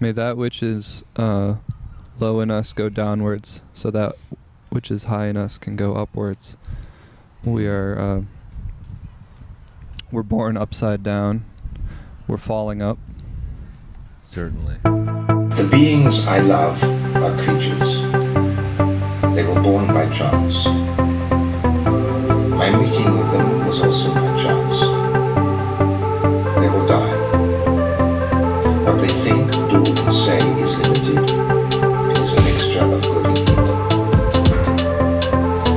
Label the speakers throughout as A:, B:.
A: May that which is uh, low in us go downwards, so that which is high in us can go upwards. We are uh, we're born upside down. We're falling up.
B: Certainly.
C: The beings I love are creatures. They were born by chance. My meeting with them was also by chance. They will die. What they think, do, and say is limited. It is a mixture of good and evil.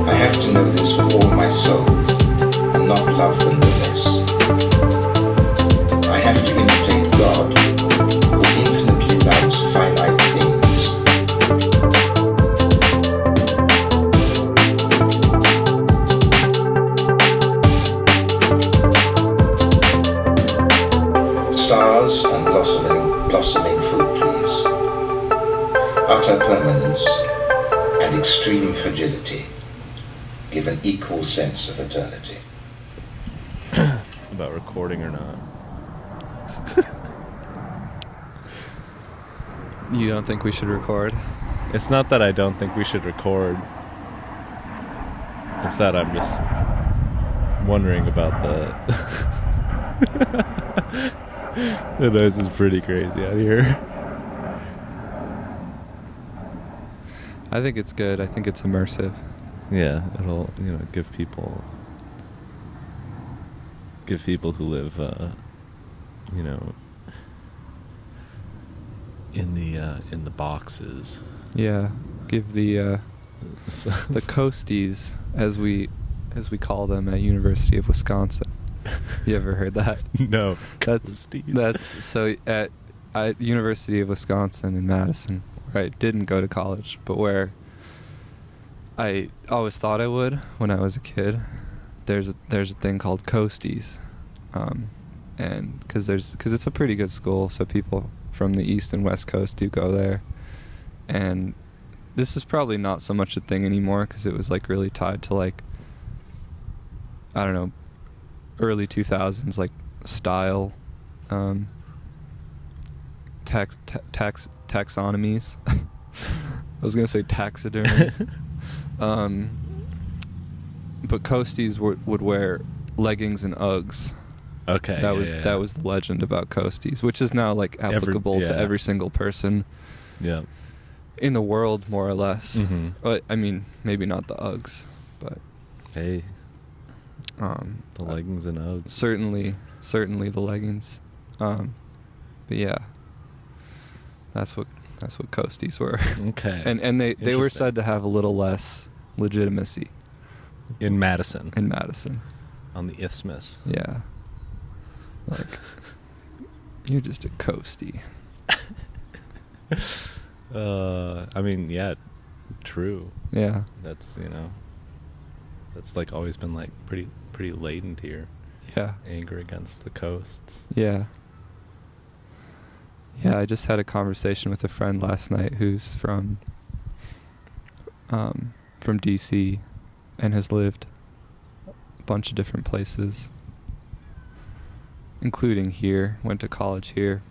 C: I have to know this with all my soul and not love them the less. I have to imitate God, who infinitely loves finite things. Stars and blossoming, blossoming fruit trees. Utter permanence and extreme fragility give an equal sense of eternity.
B: About recording or not.
A: You don't think we should record?
B: It's not that I don't think we should record. It's that I'm just wondering about the. the noise is pretty crazy out here.
A: I think it's good. I think it's immersive.
B: Yeah, it'll you know give people give people who live uh, you know in the uh, in the boxes
A: Yeah. Give the uh,
B: so,
A: the coasties as we as we call them at University of Wisconsin. You ever heard that?
B: no
A: That's
B: Coasties.
A: That's so at at University of Wisconsin in Madison, where I didn't go to college, but where I always thought I would when I was a kid. There's a, there's a thing called Coasties, um, and because there's because it's a pretty good school, so people from the East and West Coast do go there, and this is probably not so much a thing anymore because it was like really tied to like I don't know early 2000s like style um, tax ta- tax taxonomies. I was gonna say taxidermies, um, but Coasties were, would wear leggings and Uggs.
B: okay
A: that
B: yeah,
A: was
B: yeah, yeah.
A: that was the legend about Coasties, which is now like
B: Every-
A: applicable
B: yeah.
A: to every single person
B: yeah
A: in the world, more or less.
B: Mhm.
A: But I mean, maybe not the Uggs, but
B: hey
A: um,
B: the leggings and Uggs
A: certainly certainly the leggings um but yeah that's what that's what coasties were
B: okay
A: and and they they were
B: Interesting.
A: said to have a little less legitimacy
B: in Madison
A: in madison
B: on the isthmus
A: yeah like you're just a coastie
B: uh I mean yeah true
A: yeah
B: that's you know that's like always been like pretty pretty latent here
A: yeah
B: anger against the coasts
A: yeah yeah i just had a conversation with a friend last night who's from um from dc and has lived a bunch of different places including here went to college here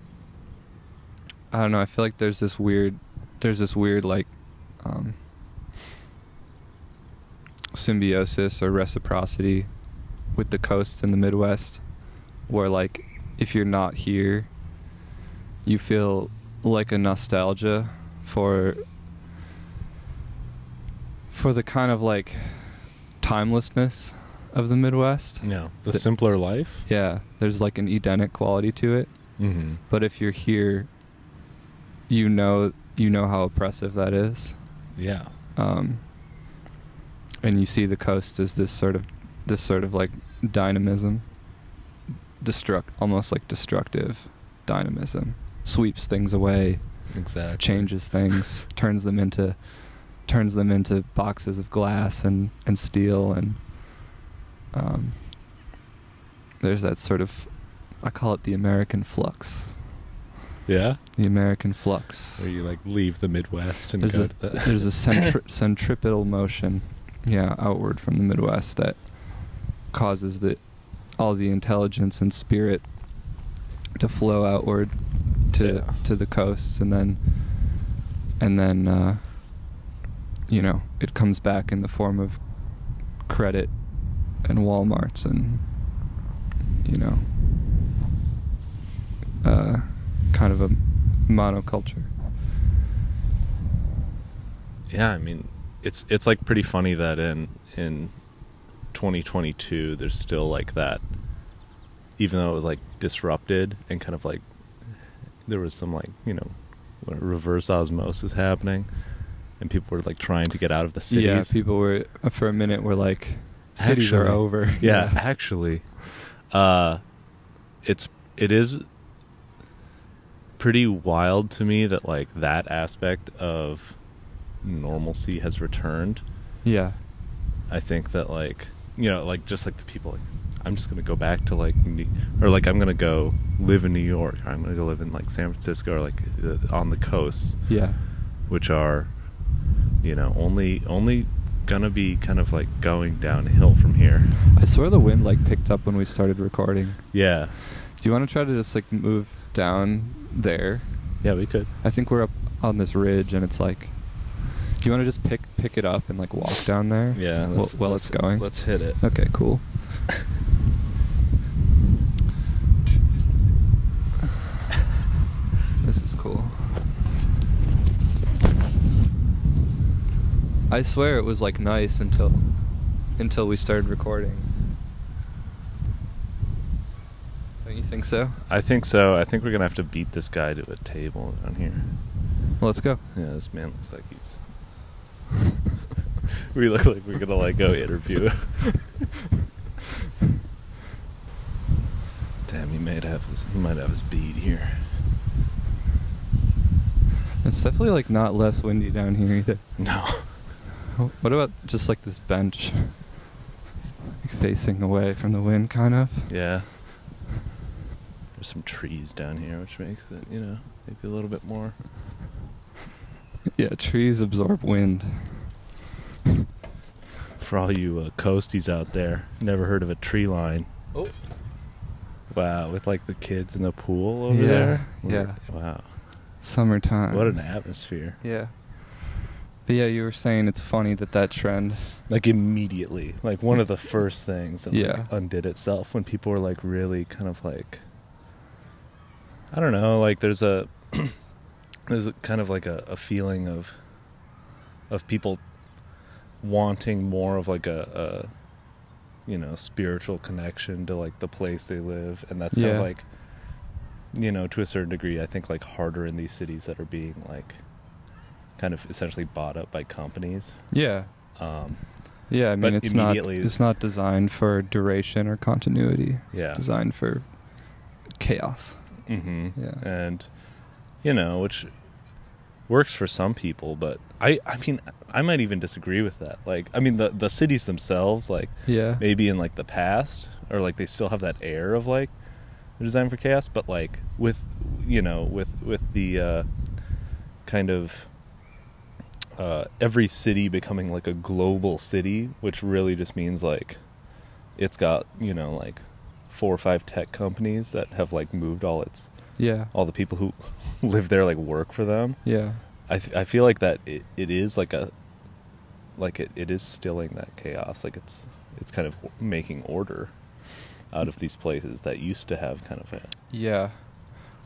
A: i don't know i feel like there's this weird there's this weird like um symbiosis or reciprocity with the coast and the midwest where like if you're not here you feel like a nostalgia for for the kind of like timelessness of the midwest
B: no the,
A: The-
B: simpler life
A: yeah there's like an edenic quality to it
B: mm-hmm.
A: but if you're here you know you know how oppressive that is
B: yeah
A: um, and you see the coast as this sort of this sort of like dynamism destruct almost like destructive dynamism sweeps things away
B: exactly
A: changes things turns them into turns them into boxes of glass and and steel and um, there's that sort of I call it the American flux
B: yeah
A: the American flux
B: where you like leave the Midwest and
A: there's
B: go
A: a,
B: to the
A: there's a centri- centripetal motion, yeah, outward from the Midwest that causes the all the intelligence and spirit to flow outward to
B: Yeah.
A: to the coasts, and then and then uh, you know it comes back in the form of credit and WalMarts and you know uh, kind of a monoculture.
B: yeah i mean it's it's like pretty funny that in in 2022 there's still like that even though it was like disrupted and kind of like there was some like you know what, reverse osmosis happening and people were like trying to get out of the cities
A: Yeah, people were for a minute were like cities are
B: Actually,
A: over.
B: yeah, actually uh it's it is pretty wild to me that like that aspect of normalcy has returned
A: yeah.
B: I think that like you know like just like the people like, I'm just gonna go back to like New- or like I'm gonna go live in New York or I'm gonna go live in like San Francisco or like uh, on the coast
A: Yeah.
B: which are you know only only gonna be kind of like going downhill from here
A: I swear the wind like picked up when we started recording.
B: yeah
A: Do you want to try to just like move down there?
B: yeah we could
A: I think we're up on this ridge, and it's like. Do you want to just pick pick it up and like walk down there?
B: yeah
A: wh- while it's going.
B: let's hit it
A: Okay. Cool. This is cool. I swear it was like nice until until we started recording. Don't you think so?
B: I think so I think we're gonna have to beat this guy to a table down here
A: Let's go.
B: yeah this man looks like he's we look like we're gonna like go interview Damn, he might have his he might have his bead here.
A: It's definitely like not less windy down here either.
B: No.
A: What about just like this bench? Like facing away from the wind kind of.
B: Yeah. There's some trees down here, which makes it you know maybe a little bit more.
A: Yeah, trees absorb wind.
B: For all you uh, coasties out there, never heard of a tree line.
A: Oh.
B: Wow, with like the kids in the pool over
A: Yeah,
B: there.
A: yeah.
B: Wow.
A: Summertime.
B: What an atmosphere.
A: Yeah. But yeah, you were saying it's funny that that trend.
B: like immediately like one of the first things that
A: Yeah.
B: like undid itself when people were like really kind of like i don't know like there's a there's a kind of like a, a feeling of of people wanting more of like a, a you know spiritual connection to like the place they live and that's kind
A: Yeah.
B: of like you know to a certain degree i think like harder in these cities that are being like kind of essentially bought up by companies
A: Yeah.
B: um
A: Yeah, I mean
B: But
A: it's not
B: immediately-
A: it's not designed for duration or continuity. It's
B: Yeah.
A: designed for chaos.
B: hmm
A: Yeah.
B: And you know, which works for some people, but I I mean, I might even disagree with that. Like, I mean, the the cities themselves, like
A: Yeah.
B: maybe in like the past, or like they still have that air of like they're designed for chaos, but like with you know with with the uh, kind of uh, every city becoming like a global city, which really just means like it's got you know like four or five tech companies that have like moved all its
A: Yeah.
B: all the people who live there like work for them.
A: Yeah.
B: I th- I feel like that it, it is like a like it, it is stilling that chaos. Like it's it's kind of making order out of these places that used to have kind of a
A: Yeah.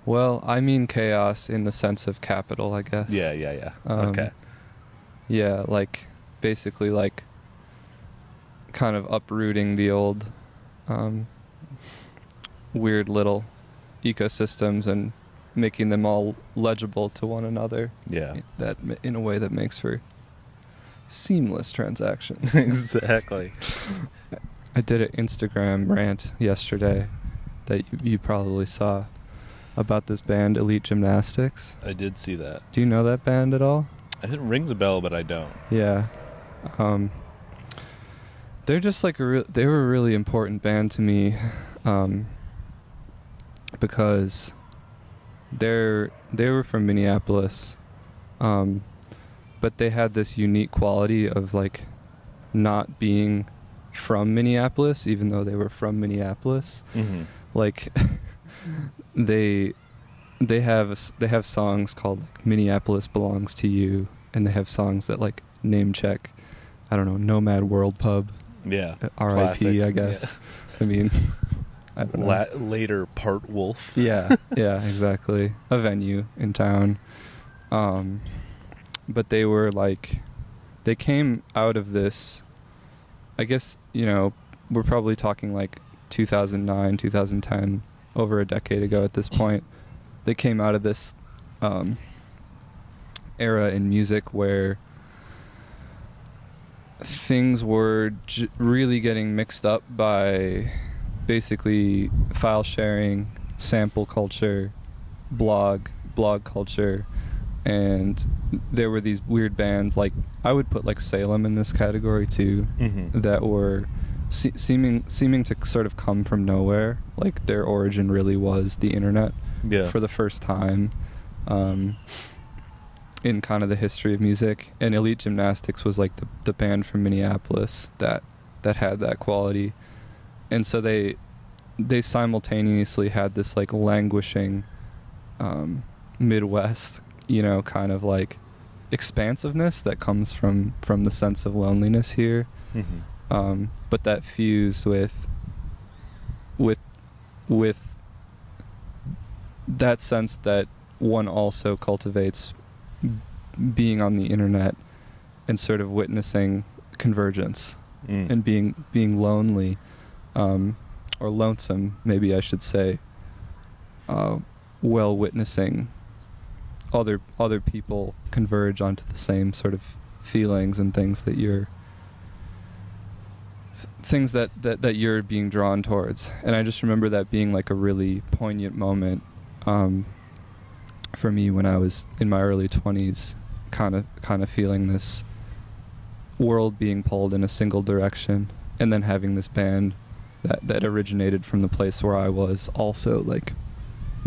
A: Well, I mean chaos in the sense of capital, I guess.
B: yeah yeah yeah
A: Um,
B: okay
A: Yeah, like basically like kind of uprooting the old um, weird little ecosystems and making them all legible to one another
B: yeah
A: that m- in a way that makes for seamless transactions.
B: exactly
A: I did an Instagram rant yesterday that you, you probably saw about this band Elite Gymnastics.
B: I did see that.
A: Do you know that band at all?
B: It rings a bell, but I don't.
A: Yeah. Um, they're just like a real they were a really important band to me um, because they're they were from Minneapolis um, but they had this unique quality of like not being from Minneapolis even though they were from Minneapolis
B: Mm-hmm.
A: like they they have s- they have songs called like Minneapolis belongs to you, and they have songs that like name check. I don't know Nomad World Pub,
B: Yeah.
A: uh, R.I.P.
B: Classic,
A: I guess. I mean, I don't know.
B: La- later part wolf.
A: yeah, yeah, exactly. A venue in town, um, but they were like, they came out of this. I guess you know we're probably talking like 2009, 2010, over a decade ago at this point. They came out of this um, era in music where things were j- really getting mixed up by basically file sharing, sample culture, blog, blog culture, and there were these weird bands like I would put like Salem in this category too
B: Mm-hmm.
A: that were se- seeming seeming to sort of come from nowhere. Like their origin really was the internet
B: yeah.
A: for the first time um, in kind of the history of music. And Elite Gymnastics was like the, the band from Minneapolis that that had that quality, and so they they simultaneously had this like languishing um, Midwest, you know, kind of like expansiveness that comes from from the sense of loneliness here
B: hmm
A: um, but that fused with with with that sense that one also cultivates being on the internet and sort of witnessing convergence
B: Mm.
A: and being being lonely um, or lonesome maybe I should say uh, well witnessing other other people converge onto the same sort of feelings and things that you're things that, that, that you're being drawn towards. And I just remember that being like a really poignant moment um, for me when I was in my early 20s, kind of kind of feeling this world being pulled in a single direction, and then having this band that that originated from the place where I was also like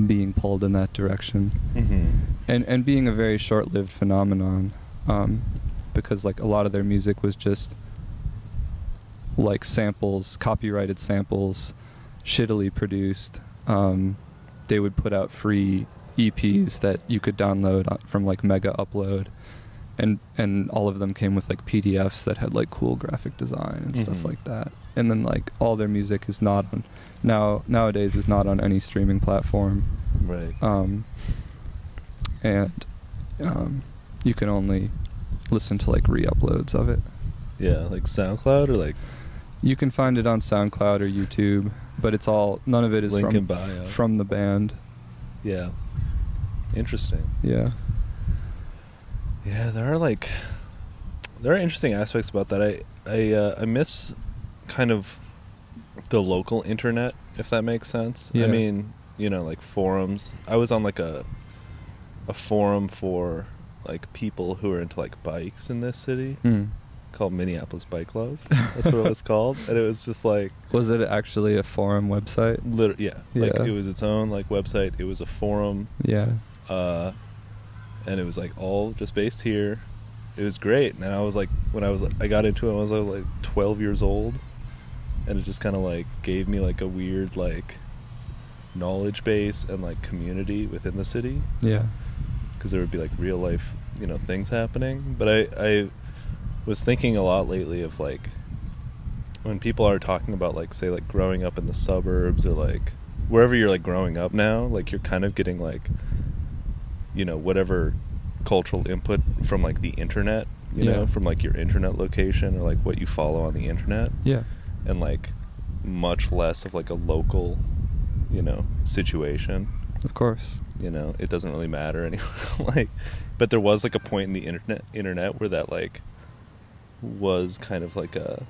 A: being pulled in that direction
B: Mhm.
A: and and being a very short-lived phenomenon um, because like a lot of their music was just like samples copyrighted samples shittily produced um, they would put out free eps that you could download on- from like mega upload and and all of them came with like pdfs that had like cool graphic design and
B: Mhm.
A: stuff like that and then like all their music is not on now nowadays is not on any streaming platform
B: Right.
A: um, and um, you can only listen to like re-uploads of it.
B: Yeah, like SoundCloud or like
A: You can find it on SoundCloud or YouTube, but it's all none of it is
B: link
A: from
B: in bio.
A: from the band.
B: yeah. Interesting.
A: Yeah,
B: Yeah, there are like there are interesting aspects about that. I I uh, I miss kind of the local internet, if that makes sense. I
A: Yeah.
B: mean, you know, like forums. I was on like a a forum for like people who are into like bikes in this city
A: Hmm.
B: called Minneapolis Bike Love. That's what it was called, and it was just like
A: was it actually a forum website?
B: liter- yeah, like
A: Yeah.
B: it was its own like website. It was a forum
A: Yeah,
B: uh, and it was like all just based here. It was great, and I was like, when I was I got into it, when I was like twelve years old, and it just kind of like gave me like a weird like knowledge base and like community within the city
A: yeah,
B: because there would be like real life you know things happening. But I I was thinking a lot lately of like when people are talking about like say like growing up in the suburbs or like wherever you're like growing up now, like you're kind of getting like you know whatever cultural input from like the internet, you
A: Yeah.
B: know, from like your internet location or like what you follow on the internet
A: yeah,
B: and like much less of like a local, you know, situation
A: of course.
B: you know it doesn't really matter anymore like but there was like a point in the internet internet where that like was kind of like a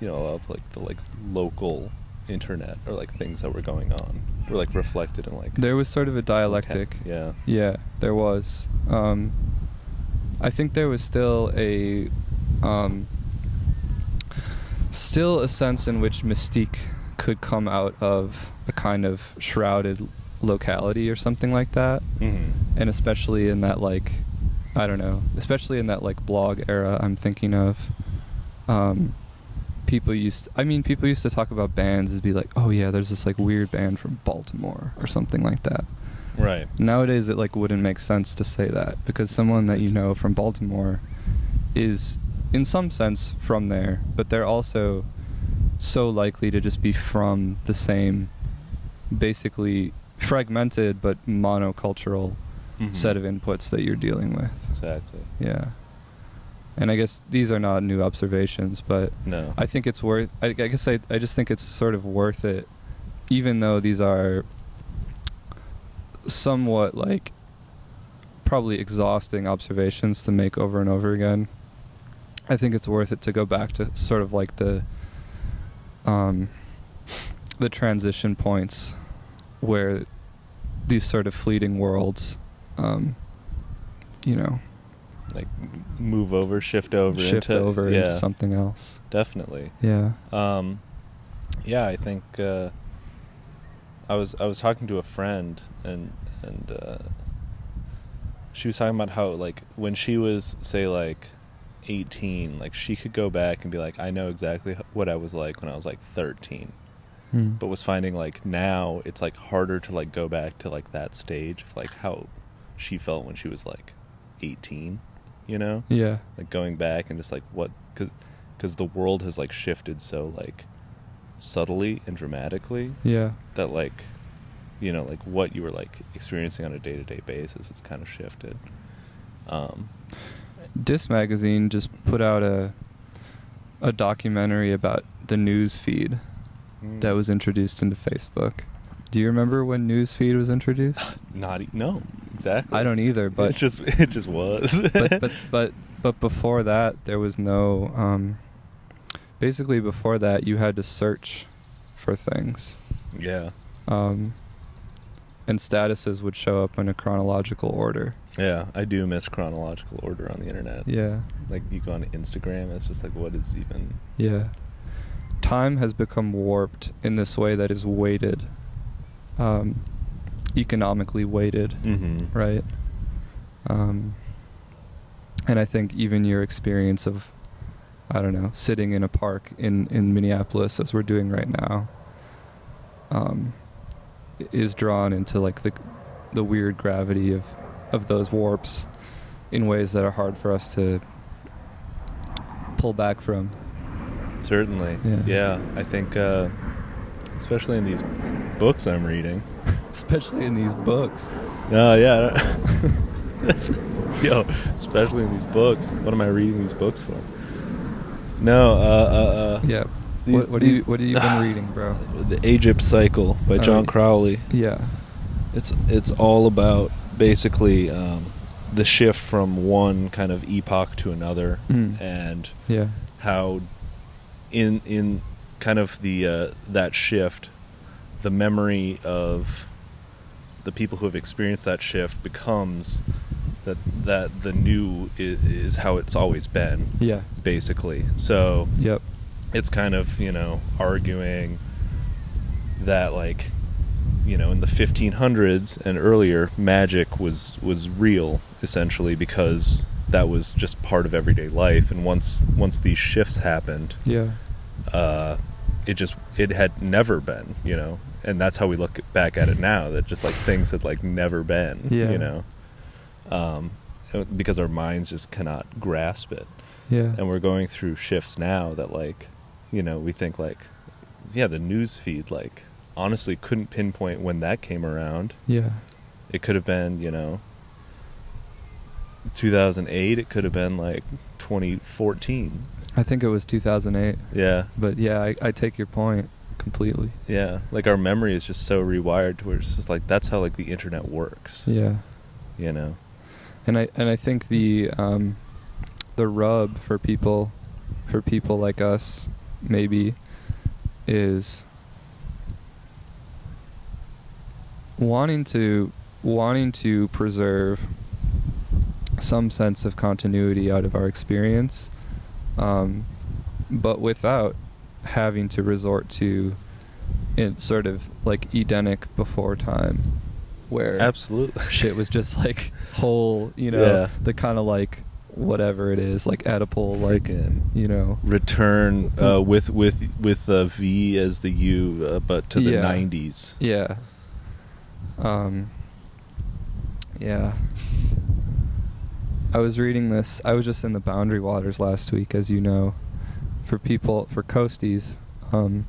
B: you know of like the like local internet or like things that were going on were like reflected in like
A: There was sort of a
B: like, ha-
A: dialectic.
B: yeah
A: Yeah, there was. Um, I think there was still a, um, still a sense in which mystique could come out of a kind of shrouded locality or something like that,
B: mm-hmm.
A: and especially in that like, I don't know, especially in that like blog era I'm thinking of. Um, people used I mean people used to talk about bands as be like, "Oh yeah, there's this like weird band from Baltimore" or something like that
B: Right.
A: Nowadays, it like wouldn't make sense to say that because someone that you know from Baltimore is, in some sense, from there, but they're also so likely to just be from the same, basically fragmented but monocultural
B: Mhm.
A: set of inputs that you're dealing with.
B: Exactly.
A: Yeah. And I guess these are not new observations, but
B: No.
A: I think it's worth. I, I guess I, I just think it's sort of worth it, even though these are somewhat like probably exhausting observations to make over and over again. I think it's worth it to go back to sort of like the um, the transition points where these sort of fleeting worlds, um, you know,
B: like m- move over, shift over,
A: shift
B: into,
A: over
B: yeah,
A: into something else.
B: definitely.
A: Yeah.
B: Um, yeah, I think uh, I was I was talking to a friend and and uh, she was talking about how like when she was say like eighteen, like she could go back and be like, I know exactly h- what I was like when I was like thirteen.
A: Hmm.
B: But was finding like now it's like harder to like go back to like that stage of like how she felt when she was like eighteen, you know?
A: yeah.
B: like going back and just like what because the world has like shifted so like subtly and dramatically
A: Yeah.
B: that like you know like what you were like experiencing on a day-to-day basis has kind of shifted um
A: Disc magazine just put out a a documentary about the news feed
B: Hmm.
A: that was introduced into Facebook. Do you remember when news feed was introduced?
B: not e- no exactly
A: I don't either,
B: it
A: but
B: just it just was
A: but, but but but before that there was no um basically before that you had to search for things.
B: yeah
A: Um and statuses would show up in a chronological order.
B: yeah i do miss chronological order on the internet
A: Yeah.
B: like you go on instagram it's just like what is even
A: Yeah. Time has become warped in this way that is weighted, um, economically weighted,
B: mm-hmm.
A: right? Um, and I think even your experience of, I don't know, sitting in a park in, in Minneapolis as we're doing right now, um, i- is drawn into like the the weird gravity of of those warps in ways that are hard for us to pull back from.
B: Certainly.
A: Yeah.
B: I think, uh, especially in these books I'm reading.
A: especially in these books.
B: No, yeah. That's- yo, especially in these books. What am I reading these books for? No, uh, uh, uh,
A: Yeah.
B: These-
A: what, what, do you,
B: these-
A: what have you been reading, bro?
B: The Egypt Cycle by
A: All
B: John
A: right.
B: Crowley.
A: Yeah.
B: It's it's all about basically um, the shift from one kind of epoch to another,
A: Mm.
B: and
A: Yeah.
B: how in in kind of the uh, that shift, the memory of the people who have experienced that shift becomes that that the new is, is how it's always been,
A: Yeah.
B: basically. So
A: Yep.
B: it's kind of you know arguing that like you know in the 1500s and earlier magic was was real essentially because that was just part of everyday life and once once these shifts happened
A: Yeah.
B: uh it just it had never been you know and that's how we look back at it now that just like things had like never been
A: Yeah.
B: you know um because our minds just cannot grasp it
A: Yeah.
B: and we're going through shifts now that like you know we think like yeah the news feed like honestly couldn't pinpoint when that came around
A: Yeah.
B: it could have been you know 2008 it could have been like 2014
A: I think it was 2008,
B: yeah
A: but yeah, I, I take your point completely.
B: yeah like our memory is just so rewired to where it's just like that's how like the internet works
A: Yeah.
B: you know
A: And I and I think the um, the rub for people for people like us maybe is wanting to wanting to preserve some sense of continuity out of our experience, um, but without having to resort to it sort of like Edenic before time, where
B: absolutely
A: shit was just like whole, you know,
B: Yeah.
A: the kind of like whatever it is, like Oedipal, like
B: Freaking
A: you know,
B: return uh, with with with uh, v as the u uh, but to the
A: Yeah.
B: 90s
A: yeah. Um, Yeah. I was reading this. I was just in the Boundary Waters last week, as you know. For people, for coasties, um,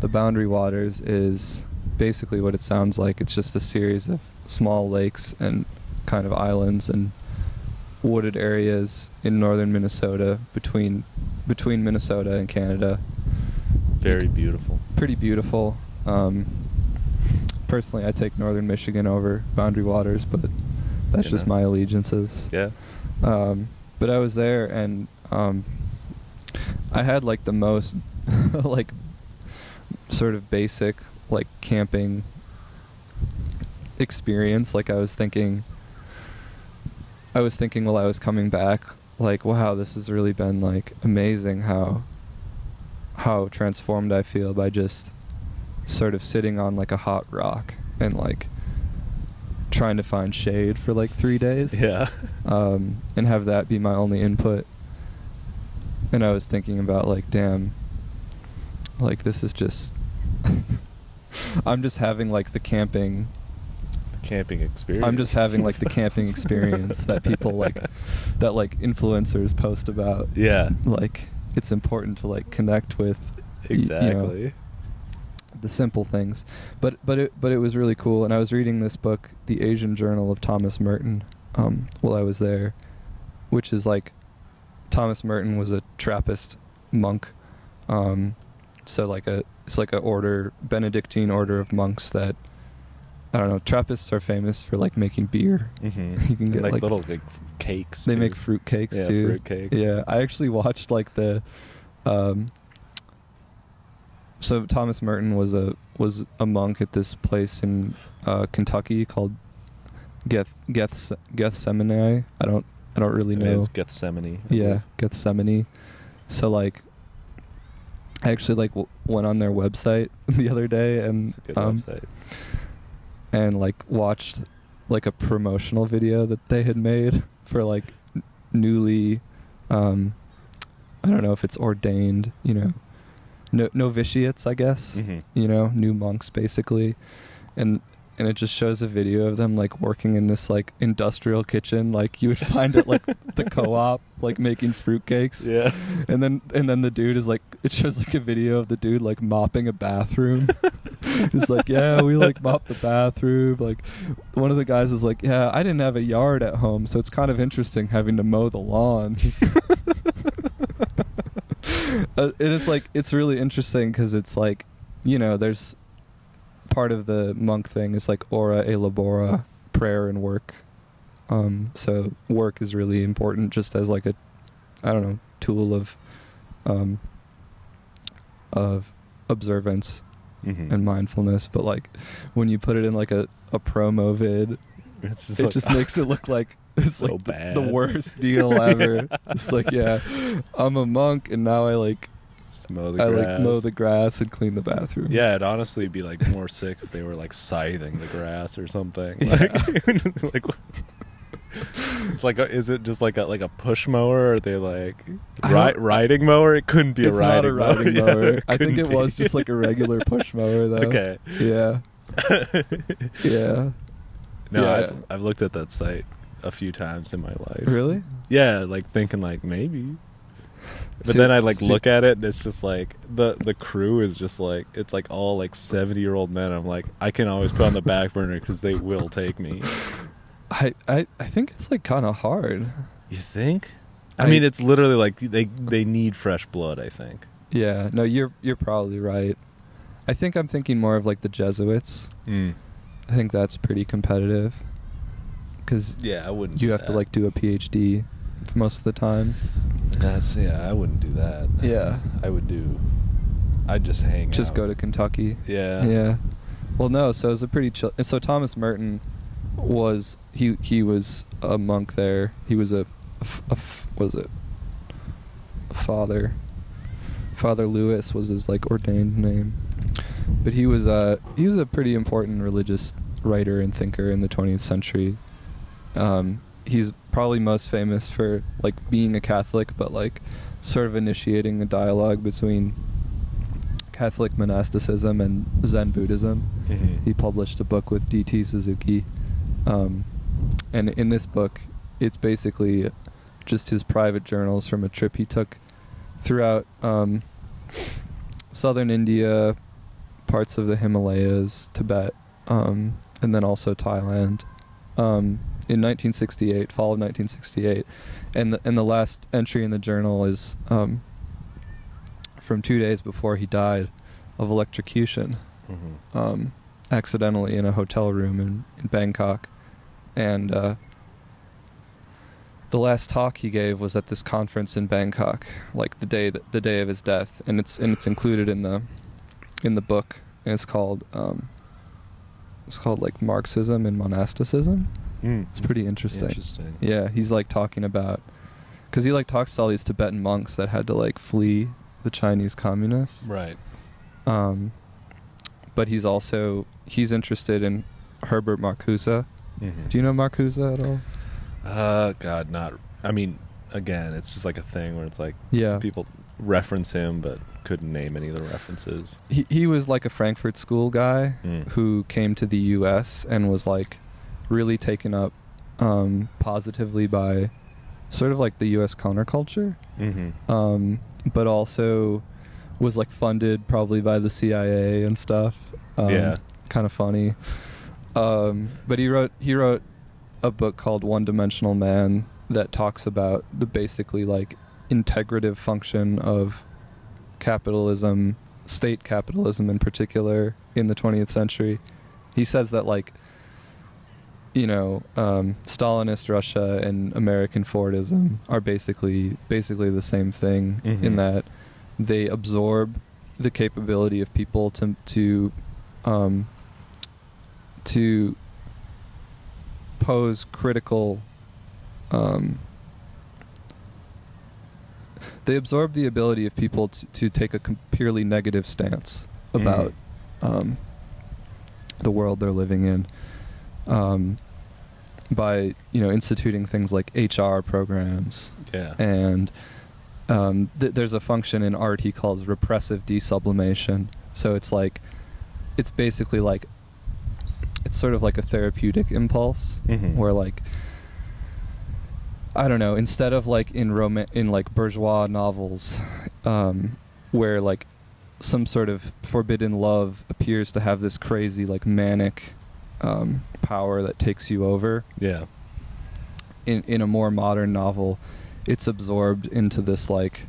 A: the Boundary Waters is basically what it sounds like. It's just a series of small lakes and kind of islands and wooded areas in northern Minnesota between between Minnesota and Canada.
B: Very beautiful.
A: Pretty beautiful. Um, personally, I take northern Michigan over Boundary Waters, but that's
B: You
A: just
B: know.
A: my allegiances.
B: Yeah.
A: Um, but I was there and um, I had like the most like sort of basic like camping experience. Like I was thinking, I was thinking while I was coming back, like wow, this has really been like amazing how how transformed I feel by just sort of sitting on like a hot rock and like trying to find shade for like three days
B: Yeah.
A: um, and have that be my only input. And I was thinking about like, damn, like this is just, I'm just having like the camping,
B: The camping experience.
A: I'm just having like the camping experience that people like, that like influencers post about.
B: Yeah.
A: Like it's important to like connect with y- you know,
B: Exactly.
A: the simple things, but but it but it was really cool. And I was reading this book, The Asian Journal of Thomas Merton, um, while I was there, which is like Thomas Merton was a Trappist monk, um, so like a it's like a order Benedictine order of monks that I don't know. Trappists are famous for like making beer.
B: Mhm.
A: You can
B: And,
A: get,
B: like,
A: like-
B: little like f- cakes.
A: They
B: too.
A: make fruit cakes
B: yeah,
A: too.
B: fruit cakes.
A: Yeah, I actually watched like the, um, so Thomas Merton was a was a monk at this place in uh, Kentucky called Geth Geth Gethsemane. I don't I don't really
B: It
A: know.
B: is Gethsemane. I
A: Yeah,
B: believe.
A: Gethsemane. So like, I actually like w- went on their website the other day and
B: It's a good
A: um,
B: website.
A: and like watched like a promotional video that they had made for like n- newly um i don't know if it's ordained you know no novitiates i guess
B: Mhm.
A: you know new monks basically and and it just shows a video of them like working in this like industrial kitchen like you would find at like the co-op like making fruitcakes
B: Yeah.
A: and then and then the dude is like it shows like a video of the dude like mopping a bathroom He's like, yeah, we like mop the bathroom. Like, one of the guys is like, yeah, I didn't have a yard at home, so it's kind of interesting having to mow the lawn. Uh, and it's like, it's really interesting because it's like, you know, there's part of the monk thing is like ora e labora, prayer and work. Um, so work is really important, just as like a, I don't know, tool of, um, of observance
B: Mhm.
A: and mindfulness, but like when you put it in like a, a promo vid,
B: it's just
A: it
B: like,
A: just makes it look like it's
B: So
A: like the-
B: bad.
A: The, worst deal ever. It's like, yeah, I'm a monk and now I like
B: just mow the
A: I like
B: grass.
A: mow the grass and clean the bathroom.
B: Yeah, it'd honestly be like more sick if they were like scything the grass or something.
A: Yeah.
B: Like, like it's like a, is it just like a like a push mower? Or are they like
A: I
B: ri-
A: don't-
B: riding mower? It couldn't be
A: it's
B: a riding,
A: not a riding
B: mower. Yeah,
A: mower.
B: it
A: I think it
B: couldn't
A: was
B: be.
A: just like a regular push mower though.
B: okay.
A: Yeah. Yeah.
B: No,
A: Yeah.
B: I've I've looked at that site a few times in my life.
A: Really?
B: Yeah, like thinking like maybe. But
A: See-
B: then I like
A: see-
B: look at it and it's just like the the crew is just like it's like all like 70-year-old men. I'm like I can always put on the back burner cuz they will take me.
A: I, I, I think it's like kind of hard.
B: You think? I,
A: I-
B: mean, it's literally like they they need fresh blood. I think.
A: Yeah. No, you're you're probably right. I think I'm thinking more of like the Jesuits. I think that's pretty competitive because
B: Yeah, I wouldn't.
A: you
B: do
A: have to
B: that.
A: like do a PhD most of the time.
B: That's, yeah, I wouldn't do that.
A: Yeah.
B: I would do. I'd just hang.
A: Just go to Kentucky.
B: Yeah.
A: Yeah. Well, no. So it was a pretty chill. And so Thomas Merton was he he was a monk there. He was a, f- a f- was it a father. Father Lewis was his like ordained name, but he was a he was a pretty important religious writer and thinker in the 20th century. Um, he's probably most famous for like being a Catholic, but like sort of initiating a dialogue between Catholic monasticism and Zen Buddhism.
B: Mhm.
A: He published a book with D.T. Suzuki, um, and in this book, it's basically just his private journals from a trip he took throughout um, southern India, parts of the Himalayas, Tibet, um, and then also Thailand. Um, in 1968, fall of 1968, and the, and the last entry in the journal is um, from two days before he died of electrocution
B: hmm
A: um, accidentally in a hotel room in, in Bangkok. And uh, the last talk he gave was at this conference in Bangkok, like the day that, the day of his death, and it's and it's included in the in the book. And it's called um, it's called like Marxism and monasticism. It's pretty interesting.
B: Mm-hmm. Interesting.
A: Yeah, he's like talking about because he like talks to all these Tibetan monks that had to like flee the Chinese communists
B: Right.
A: um, but he's also he's interested in Herbert Marcuse.
B: Mm-hmm.
A: Do you know Marcuse at all?
B: Uh, God, not. I mean, again, it's just like a thing where it's like
A: Yeah,
B: people reference him, but couldn't name any of the references.
A: he he was like a Frankfurt School guy
B: Mm.
A: who came to the U.S. and was like really taken up um, positively by sort of like the U.S. counterculture,
B: hmm
A: um, but also was like funded probably by the CIA and stuff. Um,
B: Yeah.
A: kind of funny. Um, but he wrote he wrote a book called One Dimensional Man that talks about the basically like integrative function of capitalism, state capitalism in particular in the 20th century. He says that like you know um, Stalinist Russia and American Fordism are basically basically the same thing in
B: Mhm.
A: that they absorb the capability of people to to um, to pose critical um, they absorb the ability of people to, to take a com- purely negative stance
B: Mm-hmm.
A: about um, the world they're living in um, by you know instituting things like HR programs
B: Mm-hmm. Yeah.
A: and um, th- there's a function in art he calls repressive desublimation. So it's like, it's basically like, it's sort of like a therapeutic impulse
B: Mhm.
A: where like, I don't know, instead of like in Roma- in like bourgeois novels, um, where like some sort of forbidden love appears to have this crazy like manic um, power that takes you over
B: yeah.
A: in in a more modern novel, it's absorbed into this like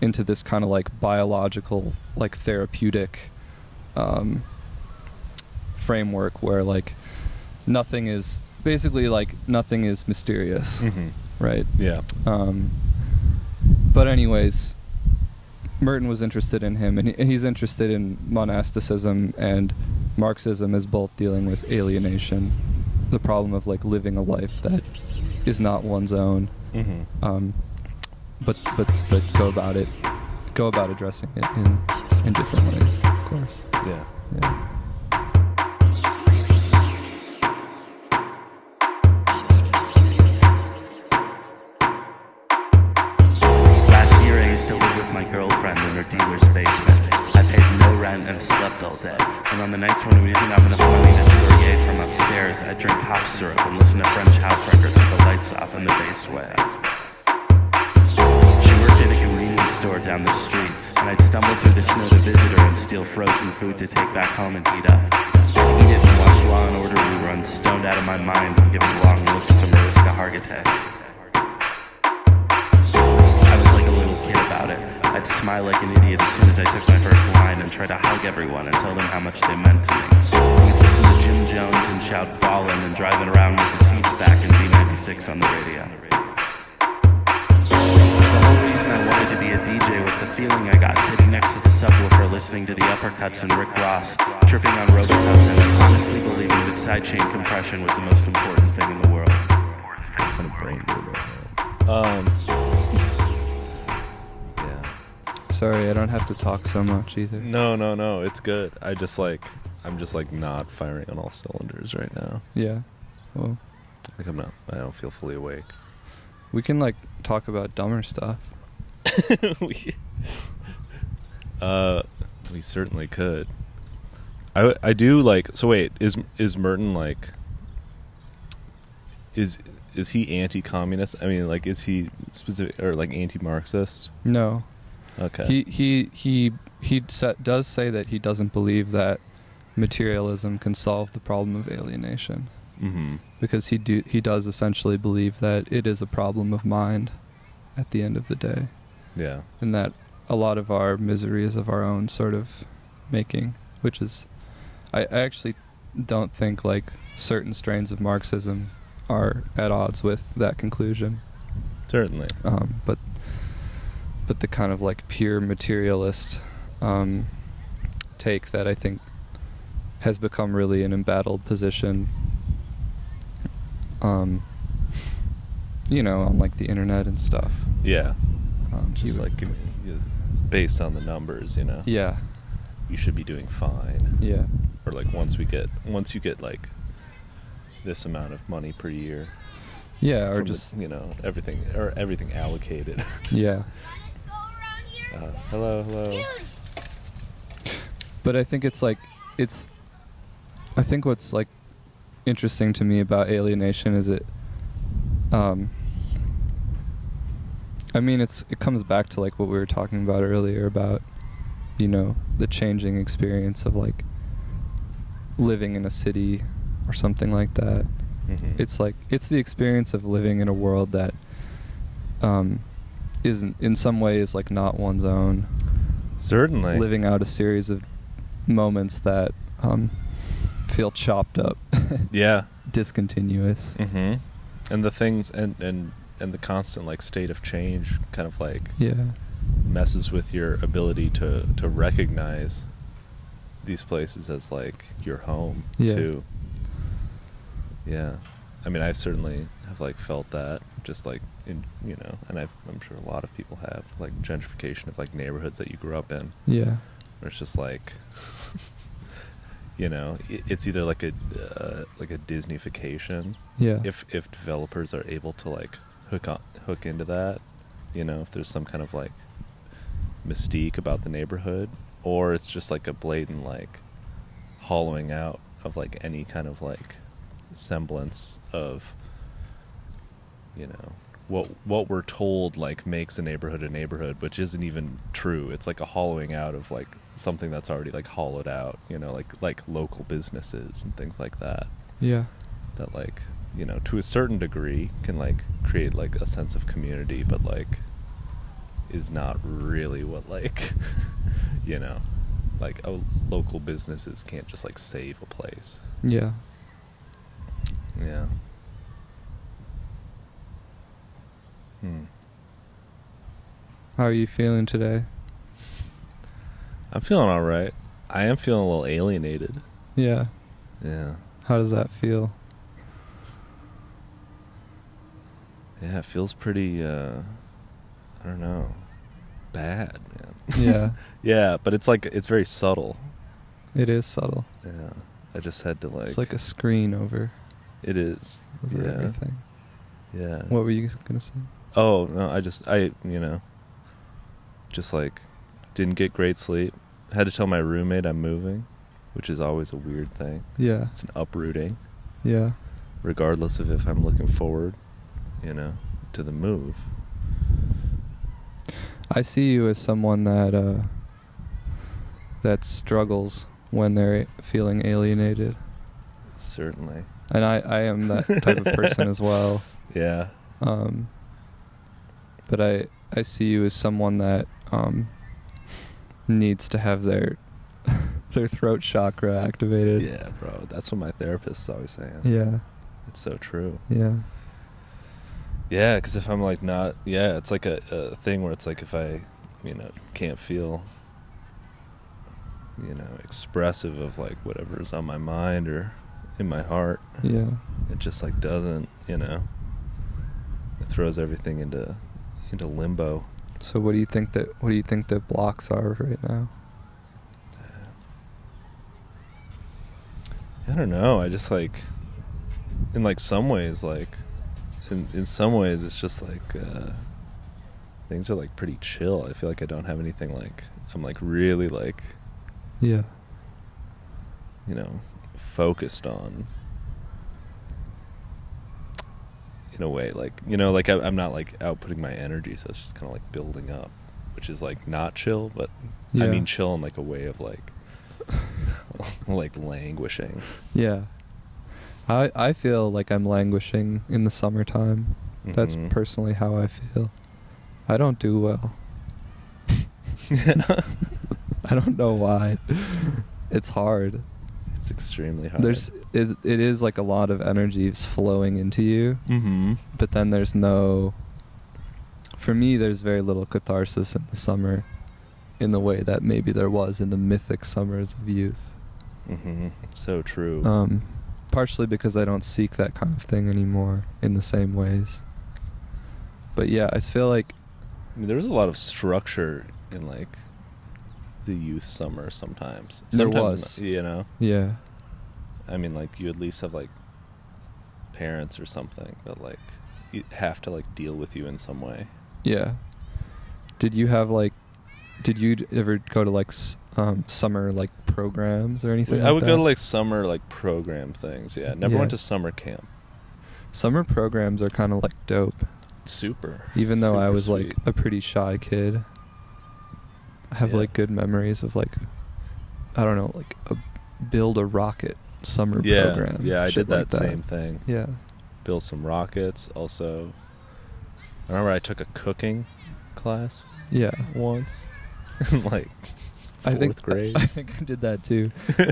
A: into this kind of like biological like therapeutic um, framework where like nothing is basically like nothing is mysterious,
B: hmm
A: right?
B: Yeah.
A: Um, but anyways, Merton was interested in him, and, he, and he's interested in monasticism and Marxism as both dealing with alienation, the problem of like living a life that is not one's own,
B: hmm
A: um, but but but go about it, go about addressing it in in different ways, of course.
B: Yeah.
A: Yeah.
D: Last year, I used to live with my girlfriend in her dealer's basement. I paid no rent and slept all day. And on the nights when we didn't have enough money to scourier from upstairs, I'd drink hop syrup and listen to French house records with the lights off and the bass way off. She worked at a convenience store down the street, and I'd stumble through the snow to visit her and steal frozen food to take back home and heat up. I'd eat it and watch Law and Order reruns, stoned out of my mind and giving long looks to Mariska Hargitay. I was like a little kid about it. I'd smile like an idiot as soon as I took my first line and try to hug everyone and tell them how much they meant to me. We'd listen to Jim Jones and shout ballin' and driving around with the seats back in B96 on the radio. The whole reason I wanted to be a DJ was the feeling I got sitting next to the subwoofer listening to the uppercuts and Rick Ross, tripping on Robitussin and honestly believing that sidechain compression was the most important thing in the world.
B: Kind of brain dead right now. Um. yeah.
A: Sorry, I don't have to talk so much either.
B: No, no, no. It's good. I just like. I'm just like not firing on all cylinders right now.
A: Yeah. Well,
B: Like I'm not. I don't feel fully awake.
A: we can like talk about dumber stuff.
B: we, uh, we certainly could. I, I do like so. Wait, is is Merton like? is is he anti-communist? I mean, like, is he specific or like anti-Marxist?
A: No,
B: Okay.
A: he he he he sa- does say that he doesn't believe that materialism can solve the problem of alienation
B: hmm
A: because he do he does essentially believe that it is a problem of mind at the end of the day
B: Yeah.
A: and that a lot of our misery is of our own sort of making, which is, I, I actually don't think like certain strains of Marxism are at odds with that conclusion.
B: Certainly.
A: Um, but but the kind of like pure materialist um, take that I think has become really an embattled position. Um, you know, on like the internet and stuff.
B: Yeah.
A: Um,
B: Just
A: you-
B: like uh, give me- you- based on the numbers, you know.
A: yeah,
B: You should be doing fine.
A: yeah.
B: Or like once we get once you get like this amount of money per year.
A: Yeah, or
B: from the-
A: just
B: you know everything or everything allocated.
A: yeah.
E: Go around here.
B: Uh, hello, hello.
E: Dude,
A: But I think it's like it's I think what's like interesting to me about alienation is it um I mean it's it comes back to like what we were talking about earlier about you know the changing experience of like living in a city or something like that.
B: Mhm.
A: It's like it's the experience of living in a world that um isn't in some way is like not one's own
B: certainly
A: living out a series of moments that um, feel chopped up,
B: Yeah.
A: discontinuous.
B: hmm And the things and and and the constant like state of change kind of like
A: Yeah,
B: messes with your ability to to recognize these places as like your home
A: Yeah.
B: too. Yeah. I mean, I certainly have like felt that just like in you know, and I've, I'm sure a lot of people have like gentrification of like neighborhoods that you grew up in.
A: yeah,
B: Where it's just like you know, i- it's either like a uh, like a Disneyfication
A: yeah,
B: if if developers are able to like hook on, hook into that, you know, if there's some kind of like mystique about the neighborhood, or it's just like a blatant like hollowing out of like any kind of like semblance of you know what what we're told like makes a neighborhood a neighborhood, which isn't even true. It's like a hollowing out of like something that's already like hollowed out, you know, like like local businesses and things like that
A: yeah,
B: that like you know to a certain degree can like create like a sense of community but like is not really what like you know like oh, local businesses can't just like save a place
A: yeah.
B: yeah hmm.
A: How are you feeling today?
B: i'm feeling all right i am feeling a little alienated
A: Yeah.
B: yeah
A: How does that feel?
B: yeah it feels pretty uh i don't know bad man
A: Yeah,
B: yeah but it's like it's very subtle
A: it is subtle.
B: Yeah, I just had to like.
A: it's like a screen over
B: it is.
A: over
B: yeah,
A: everything.
B: yeah.
A: What were you gonna say?
B: Oh no, I just I you know, just like didn't get great sleep. Had to tell my roommate I'm moving, which is always a weird thing.
A: Yeah,
B: It's an uprooting,
A: yeah,
B: regardless of if I'm looking forward, you know, to the move.
A: I see you as someone that uh, that struggles when they're feeling alienated,
B: Certainly.
A: and I I am that type of person as well.
B: Yeah.
A: um, but I I see you as someone that um, needs to have their their throat chakra activated.
B: Yeah, bro. That's what my therapist is always saying.
A: yeah,
B: It's so true.
A: yeah,
B: Yeah, because if I'm like not, yeah, it's like a, a thing where it's like if I, you know, can't feel, you know, expressive of like whatever is on my mind or in my heart,
A: yeah,
B: it just like doesn't, you know, it throws everything into into limbo.
A: So what do you think that what do you think the blocks are right now?
B: I don't know. I just like, in like some ways, like, in in some ways, it's just like uh, things are like pretty chill. I feel like I don't have anything like I'm like really like
A: Yeah,
B: you know, focused on. in a way. Like you know, like I, I'm not like outputting my energy, so it's just kind of like building up, which is like not chill, but I
A: Yeah.
B: mean chill in like a way of like like languishing.
A: Yeah. I I feel like I'm languishing in the summertime. That's
B: Mhm.
A: personally how I feel. I don't do well. I don't know why. It's hard.
B: it's extremely hard.
A: There's it, it is like a lot of energy is flowing into you,
B: mm-hmm.
A: but then there's no for me there's very little catharsis in the summer in the way that maybe there was in the mythic summers of youth.
B: Mm-hmm. So true.
A: Um partially because I don't seek that kind of thing anymore in the same ways. But yeah, I feel like
B: I mean, there was a lot of structure in like the youth summer sometimes.
A: There
B: Sometimes,
A: was.
B: you know.
A: yeah.
B: I mean, like you at least have like parents or something that like you have to like deal with you in some way.
A: Yeah. Did you have like, did you d- ever go to like s- um, summer like programs or anything?
B: I would go
A: that?
B: to like summer like program things. Yeah, never went
A: Yeah.
B: to summer camp.
A: summer programs are kind of like dope.
B: Super.
A: Even though I
B: Super
A: was like
B: sweet.
A: a pretty shy kid, I have
B: Yeah.
A: like good memories of like, I don't know, like a build a rocket summer
B: yeah,
A: program.
B: yeah, I
A: shit
B: did
A: like
B: that same thing.
A: Yeah.
B: Build some rockets. Also, I remember I took a cooking class
A: Yeah.
B: once. in like
A: I
B: fourth
A: think
B: grade.
A: I think I did that too.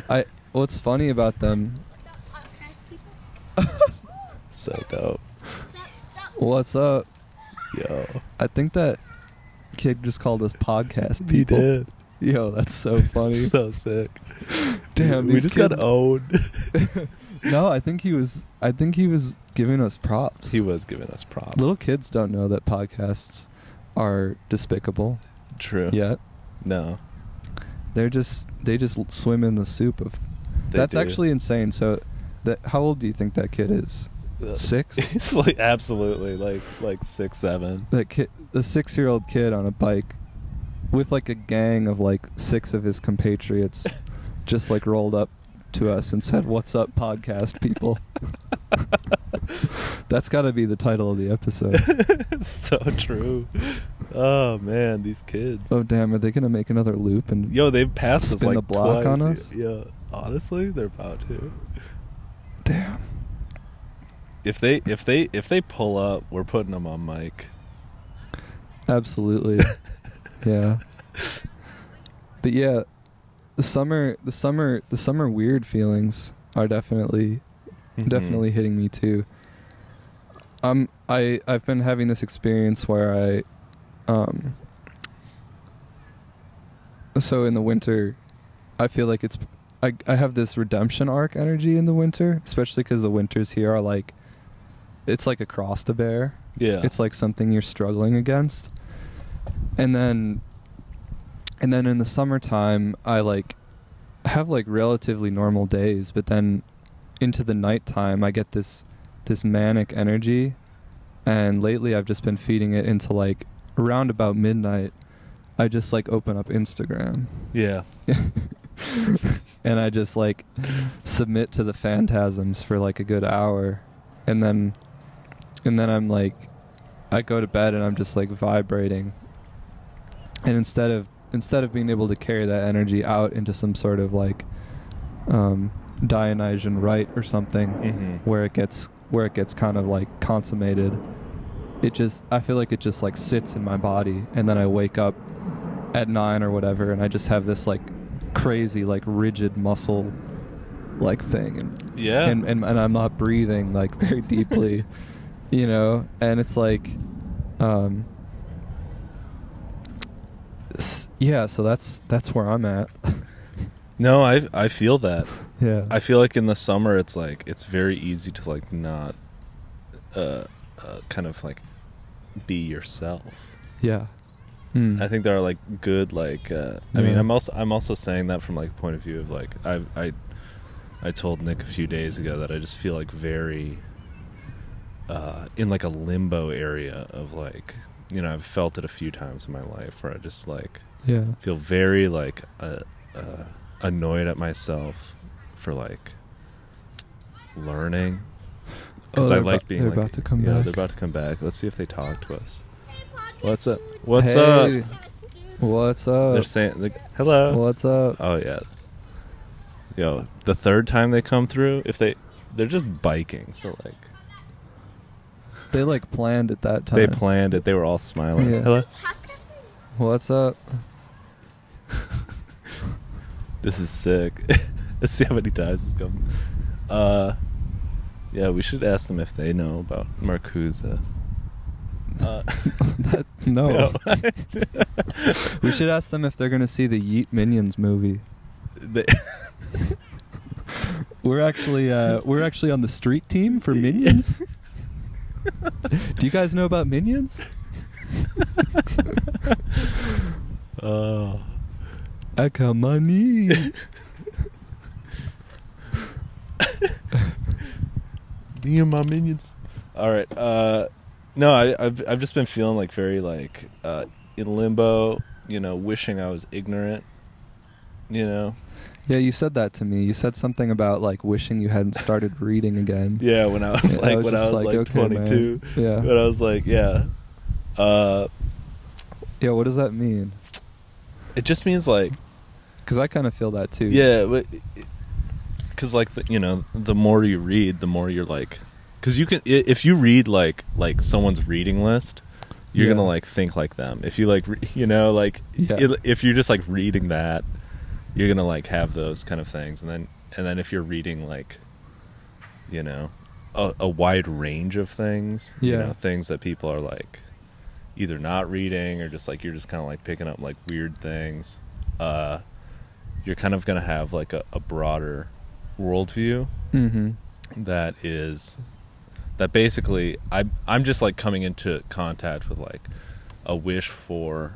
A: I what's funny about them?
B: so dope.
A: What's up?
B: Yo,
A: uh, I think that kid just called us podcast people. Yo, that's so funny.
B: so sick.
A: Damn,
B: we
A: these
B: just got
A: kids-
B: owned.
A: no, I think he was. I think he was giving us props.
B: he was giving us props.
A: Little kids don't know that podcasts are despicable
B: True.
A: yet.
B: No.
A: They're just they just swim in the soup of.
B: they
A: that's
B: do.
A: actually insane. So, that how old do you think that kid is?
B: Uh,
A: Six.
B: It's like absolutely like like six seven.
A: that kid, the six-year-old kid on a bike, with like a gang of like six of his compatriots, just like rolled up to us and said, "What's up, podcast people?" That's got to be the title of the episode.
B: so true. Oh man, these kids.
A: oh damn, are they gonna make another loop? And
B: Yo, they've passed us
A: Spin
B: like
A: the block
B: twice.
A: on us?
B: Yeah, honestly, they're about to.
A: damn,
B: If they if they if they pull up, we're putting them on mic.
A: absolutely, yeah. But yeah, the summer, the summer, the summer weird feelings are definitely definitely hitting me too. Um, I I've been having this experience where I, um, so in the winter, I feel like it's I I have this redemption arc energy in the winter, especially because the winters here are like, it's like a cross to bear.
B: Yeah.
A: It's like something you're struggling against, and then, and then in the summertime, I like have like relatively normal days, but then into the nighttime I get this this manic energy and lately I've just been feeding it into like around about midnight I just like open up Instagram
B: yeah.
A: and I just like submit to the phantasms for like a good hour and then and then I'm like I go to bed and I'm just like vibrating and instead of instead of being able to carry that energy out into some sort of like um Dionysian rite or something
B: Mhm.
A: where it gets where it gets kind of like consummated it just I feel like it just like sits in my body and then I wake up at 9 or whatever and I just have this like crazy like rigid muscle like thing and
B: Yeah.
A: and, and and I'm not breathing like very deeply, you know. And it's like, um, s- yeah. So that's that's where I'm at.
B: no, I I feel that.
A: yeah.
B: I feel like in the summer it's like it's very easy to like not uh, uh kind of like be yourself.
A: yeah. Mm.
B: I think there are like good like uh I mean
A: Yeah.
B: I'm also I'm also saying that from like a point of view of like I I I told Nick a few days ago that I just feel like very uh in like a limbo area of like you know I've felt it a few times in my life where I just like
A: yeah.
B: feel very like uh, uh, annoyed at myself for like learning because
A: Oh,
B: I
A: they're
B: like
A: abo-
B: being
A: they're
B: like,
A: about to come
B: yeah,
A: back.
B: they're about to come back. Let's see if they talk to us. What's
E: What's
B: up?
E: up?
B: What's
A: Hey,
B: up?
A: What's
B: They're
A: up?
B: saying, like, hello.
A: What's up?
B: Oh yeah. Yo, the third time they come through, if they they're just biking, so like
A: They like planned at that time.
B: they planned it, they were all smiling.
A: Yeah.
B: Hello.
A: What's up?
B: This is sick. Let's see how many times it's come. Uh yeah, we should ask them if they know about Marcuse. Uh,
A: That, no.
B: no.
A: we should ask them if they're gonna see the Yeet Minions movie.
B: They-
A: We're actually uh, we're actually on the street team for Minions. Do you guys know about Minions?
B: oh.
A: I got money.
B: Me and my minions. All right. Uh, no, I, I've I've just been feeling like very like uh, in limbo. You know, wishing I was ignorant. You know.
A: Yeah, you said that to me. You said something about like wishing you hadn't started reading again.
B: Yeah. When I was
A: Yeah,
B: like when I
A: just
B: was like,
A: okay, man.
B: 22.
A: Yeah.
B: When I was like yeah. Uh,
A: Yeah. What does that mean?
B: it just means like
A: Because I kind of feel that too.
B: yeah, because like the, you know, the more you read, the more you're like, because you can i- if you read like like someone's reading list, you're
A: Yeah.
B: gonna like think like them. If you like, re- you know, like
A: Yeah.
B: it- if you're just like reading that, you're gonna like have those kind of things, and then and then if you're reading like, you know, a, a wide range of things, you
A: Yeah.
B: know, things that people are like either not reading or just like you're just kind of like picking up like weird things uh you're kind of gonna have like a, a broader worldview
A: Mm-hmm.
B: that is that basically I I'm just like coming into contact with like a wish for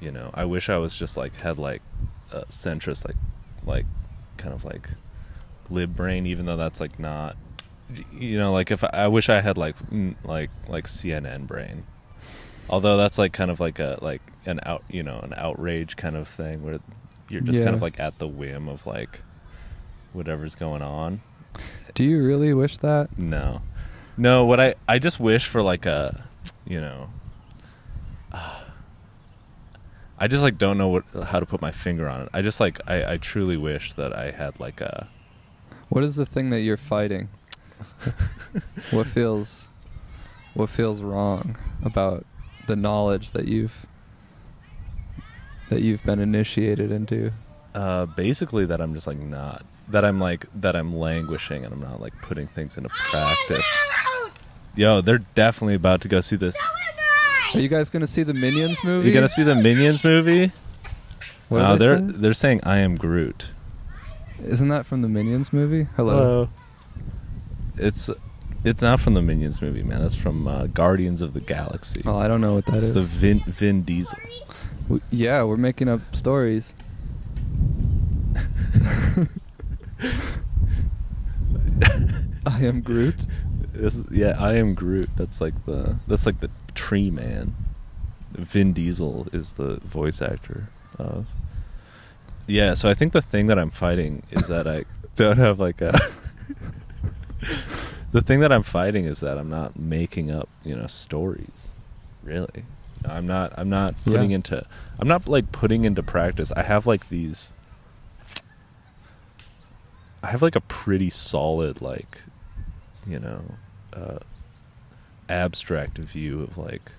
B: you know I wish I was just like had like a centrist like like kind of like lib brain even though that's like not you know like if I, I wish I had like mm, like like CNN brain although that's like kind of like a like an out you know an outrage kind of thing where you're just
A: Yeah.
B: kind of like at the whim of like whatever's going on
A: Do you really wish that?
B: no, no. What I I just wish for like a, you know. I just like don't know what how to put my finger on it. I just like I, I truly wish that I had like a
A: What is the thing that you're fighting? what feels what feels wrong about the knowledge that you've that you've been initiated into?
B: uh, basically that I'm just like not that I'm like that I'm languishing and I'm not like putting things into practice. Yo, they're definitely about to go see this.
A: Are you guys gonna see the Minions movie?
B: You gonna see the Minions movie?
A: What did
B: Uh,
A: they
B: they're
A: say?
B: they're saying I am Groot.
A: Isn't that from the Minions movie? Hello.
B: Uh. It's it's not from the Minions movie, man. That's from uh, Guardians of the Galaxy.
A: Oh, I don't know what that
B: It's
A: is.
B: the Vin Vin Diesel.
A: W- yeah, we're making up stories. I am Groot.
B: This is- yeah, I am Groot. That's like the that's like the Tree Man. Vin Diesel is the voice actor of. Yeah, so I think the thing that I'm fighting is that I don't have like a. the thing that I'm fighting is that I'm not making up, you know, stories. Really, I'm not. I'm not
A: Yeah.
B: putting into. I'm not like putting into practice. I have like these. I have like a pretty solid like, you know, uh, abstract view of like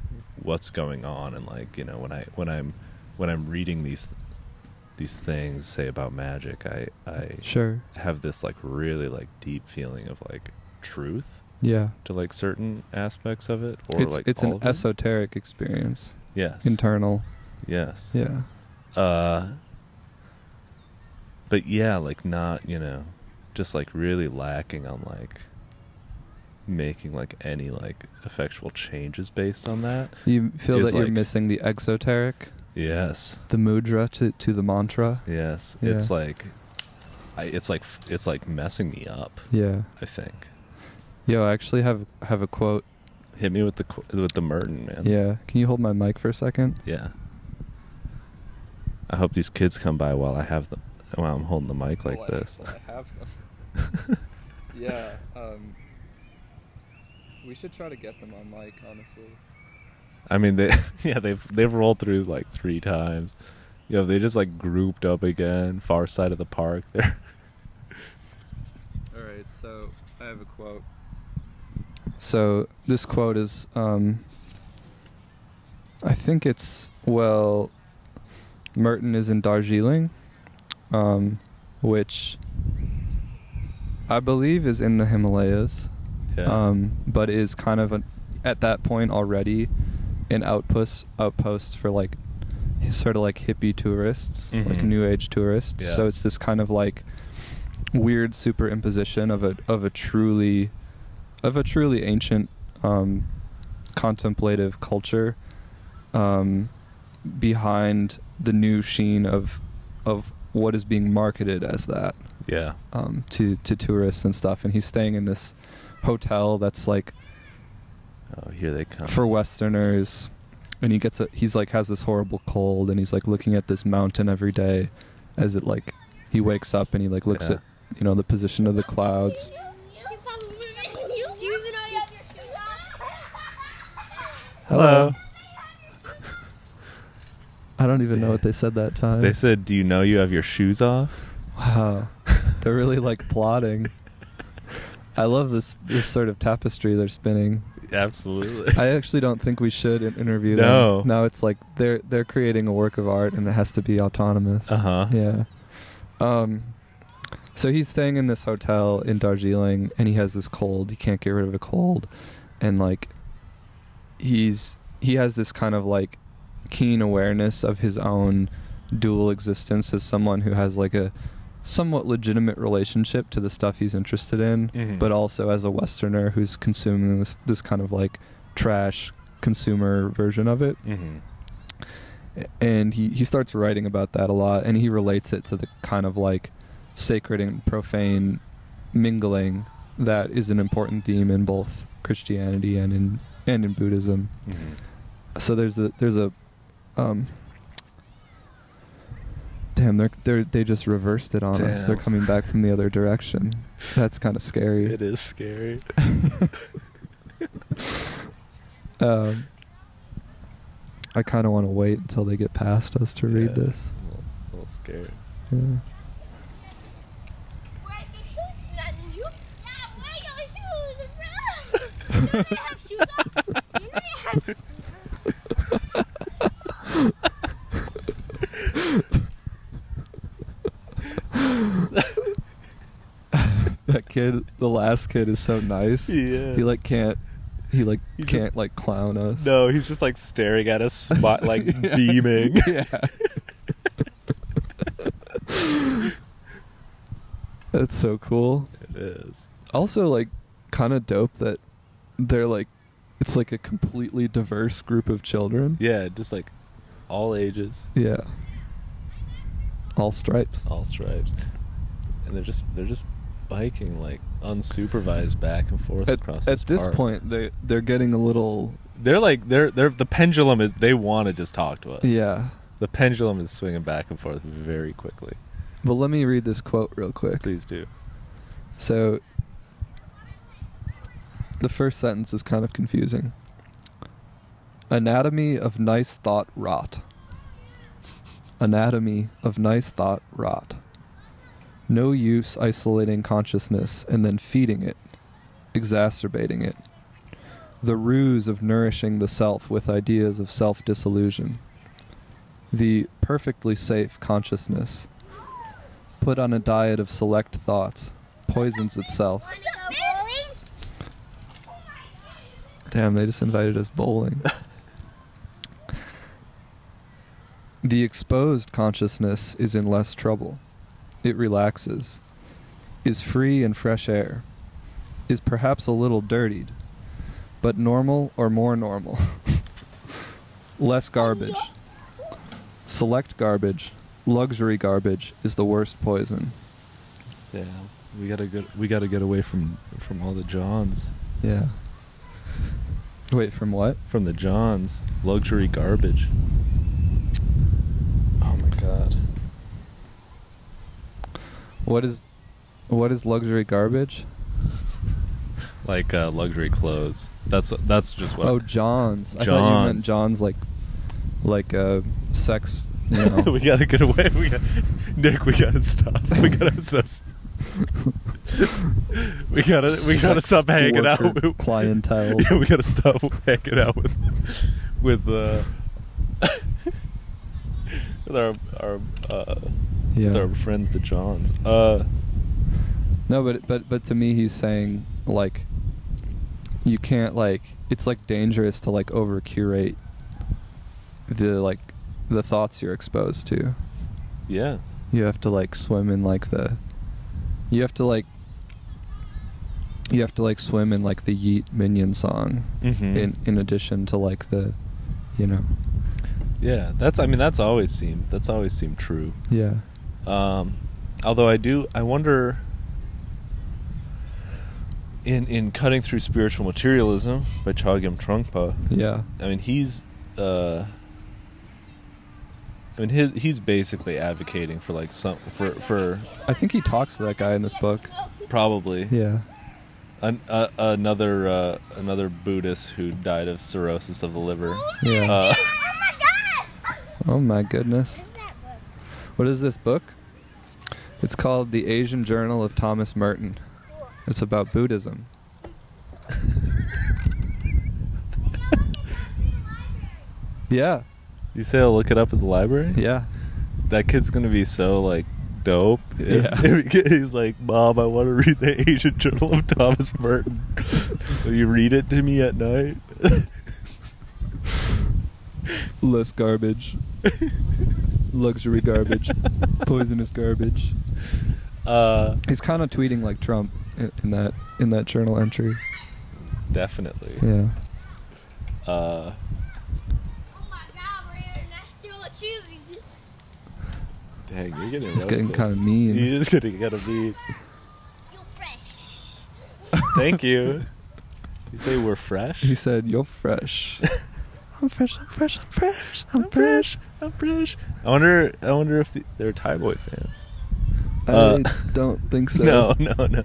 B: what's going on and like you know when I when I'm when I'm reading these these things say about magic, I I
A: Sure.
B: have this like really like deep feeling of like truth
A: Yeah.
B: to like certain aspects of it or
A: it's
B: like
A: it's
B: all
A: an
B: of it.
A: esoteric experience.
B: yes
A: Internal.
B: yes
A: Yeah.
B: uh but yeah like not you know just like really lacking on like making like any like effectual changes based on that
A: You feel
B: is
A: that you're
B: like-
A: missing the exoteric,
B: yes
A: the mudra to, to the mantra.
B: yes
A: Yeah.
B: it's like I, it's like f- it's like messing me up
A: Yeah.
B: i think
A: Yo, I actually have have a quote.
B: hit me with the qu- with the merton man
A: Yeah. Can you hold my mic for a second?
B: Yeah. I hope these kids come by while I have them. While I'm
A: Oh,
B: holding the mic like this.
A: I have them. yeah. Um, We should try to get them on mic, honestly.
B: I mean, they yeah they've they've rolled through like three times. You know, they just like grouped up again, far side of the park. There,
A: All right, so I have a quote. So this quote is, um, I think it's well, Merton is in Darjeeling, um, which I believe is in the Himalayas,
B: yeah,
A: um, but is kind of an, at that point already an outpost outpost for like sort of like hippie tourists, like
B: Mhm.
A: new age tourists.
B: Yeah.
A: So it's this kind of like weird superimposition of a of a truly of a truly ancient um, contemplative culture um, behind the new sheen of of what is being marketed as that
B: yeah,
A: um, to to tourists and stuff. And he's staying in this hotel that's like
B: oh here they come.
A: for Westerners, and he gets a he's like has this horrible cold, and he's like looking at this mountain every day, as it like he wakes up and he like looks
B: Yeah.
A: at you know the position of the clouds.
E: Do you even know you have your shoes on?
B: Hello.
A: I don't even know what they said that time.
B: They said, "Do you know you have your shoes off?"
A: wow, they're really like plotting. I love this this sort of tapestry they're spinning.
B: Absolutely.
A: I actually don't think we should in- interview
B: No.
A: them. No, it's like they're they're creating a work of art and it has to be autonomous.
B: Uh huh.
A: Yeah. Um, so he's staying in this hotel in Darjeeling, and he has this cold. He can't get rid of a cold, and like, he's he has this kind of like keen awareness of his own dual existence as someone who has like a somewhat legitimate relationship to the stuff he's interested in,
B: Mhm.
A: but also as a Westerner who's consuming this this kind of like trash consumer version of it
B: Mm-hmm.
A: and he, he starts writing about that a lot and he relates it to the kind of like sacred and profane mingling that is an important theme in both Christianity and in and in Buddhism.
B: hmm
A: So there's a there's a um Damn, they're, they're they just reversed it on us. They're
B: Damn.
A: coming back from the other direction. That's kind of scary.
B: It is scary.
A: Um, I kind of want to wait until they get past us to read
B: Yeah.
A: this.
B: A little scary.
A: Yeah.
E: Where's your shoes? Not in you. Yeah, where your shoes from? You know you have shoes on. You know you have
A: that kid the last kid is so nice
B: Yeah.
A: he like can't he like
B: He just-
A: can't like clown us
B: No, he's just like staring at us, spot like
A: Yeah.
B: beaming.
A: yeah that's so cool
B: It is.
A: also like kind of dope that they're like it's like a completely diverse group of children
B: Yeah, just like all ages,
A: yeah all stripes
B: all stripes, and they're just they're just biking like unsupervised back and forth
A: at,
B: across.
A: at this
B: park.
A: point they they're getting a little
B: they're like they're they're the pendulum is they want to just talk to us.
A: yeah
B: the pendulum is swinging back and forth very quickly.
A: but let me read this quote real quick
B: Please do.
A: So the first sentence is kind of confusing. Anatomy of nice thought rot. Anatomy of nice thought rot. No use isolating consciousness and then feeding it, exacerbating it. The ruse of nourishing the self with ideas of self disillusion. The perfectly safe consciousness. Put on a diet of select thoughts, poisons itself.
E: Want to go bowling?
A: Damn, they just invited us bowling. the exposed consciousness is in less trouble. It relaxes, is free in fresh air, is perhaps a little dirtied, but normal or more normal. less garbage. Select garbage, luxury garbage is the worst poison.
B: Damn, we gotta get we gotta get away from from all the Johns,
A: Yeah. Wait, from what?
B: from the Johns, luxury garbage. Oh my god.
A: What is what is luxury garbage?
B: like uh, luxury clothes. That's that's just what.
A: Oh, John's. I thought you meant
B: John's.
A: John's like, like uh, sex. You know.
B: we gotta get away. We got, Nick, we gotta stop. We gotta stop. we gotta we gotta
A: Sex
B: stop hanging out
A: worker
B: with
A: clientele.
B: Yeah, we gotta stop hanging out with with uh, with our our uh, with
A: Yeah.
B: our friends the Johns. Uh,
A: No, but but but to me, he's saying like, you can't like. It's like dangerous to like over curate. The like, the thoughts you're exposed to.
B: yeah,
A: You have to like swim in like the. You have to like. You have to like swim in like the Yeet Minion song.
B: Mhm.
A: In in addition to like the, you know.
B: yeah. That's I mean that's always seemed that's always seemed true.
A: Yeah.
B: Um, although I do, I wonder. In in cutting through spiritual materialism by Chogyam Trungpa,
A: Yeah.
B: I mean he's, uh, I mean his he's basically advocating for like some for for
A: I think he talks to that guy in this book.
B: probably
A: Yeah.
B: an, uh, another uh, another Buddhist who died of cirrhosis of the liver.
A: Yeah.
B: Uh,
E: Oh my god!
A: Oh my goodness.
E: What's that book?
A: What is this book? It's called The Asian Journal of Thomas Merton. It's about Buddhism. yeah.
B: you say I'll look it up at the library?
A: Yeah.
B: that kid's gonna be so like dope.
A: Yeah.
B: If, if he get- he's like, Mom, I want to read the Asian Journal of Thomas Merton. Will you read it to me at night?
A: Less garbage. Luxury garbage. Poisonous garbage.
B: Uh,
A: He's kind of tweeting like Trump i- in that in that journal entry.
B: definitely.
A: Yeah.
B: Uh,
E: Oh my god, we're in a national cheese.
B: dang, you're getting
A: He's getting
B: arrested.
A: kind of mean.
B: He is getting gotta be.
E: You're fresh.
B: Thank you. You say we're fresh.
A: He said, "You're fresh." I'm fresh. I'm fresh. I'm fresh.
B: I'm fresh. I'm fresh. I wonder. I wonder if the, they're Thai Boy fans.
A: I
B: Uh,
A: don't think so.
B: No, no, no.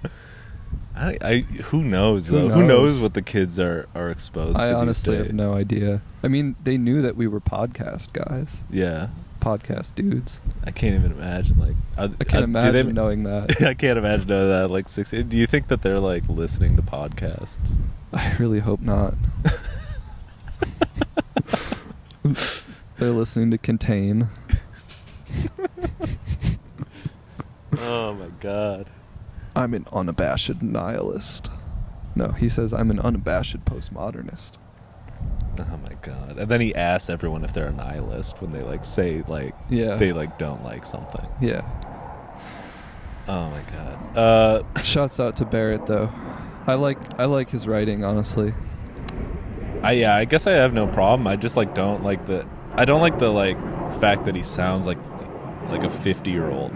B: I, I who knows
A: Who
B: though? Who knows
A: knows?
B: what the kids are are exposed to?
A: I
B: these
A: honestly have
B: days.
A: no idea. I mean, they knew that we were podcast guys,
B: Yeah,
A: podcast dudes.
B: I can't even imagine. Like, are,
A: I can't
B: uh, do
A: imagine
B: they-
A: knowing that.
B: I can't imagine knowing that. Like, six. Do you think that they're like listening to podcasts?
A: I really hope not. They're listening to Contain.
B: oh my god.
A: I'm an unabashed nihilist. No, he says I'm an unabashed postmodernist.
B: Oh my god. And then he asks everyone if they're a nihilist when they like say like
A: Yeah.
B: they like don't like something.
A: Yeah.
B: Oh my god. Uh,
A: Shouts out to Barrett though. I like I like his writing honestly.
B: I yeah. I guess I have no problem. I just like don't like the. I don't like the like fact that he sounds like like a fifty year old.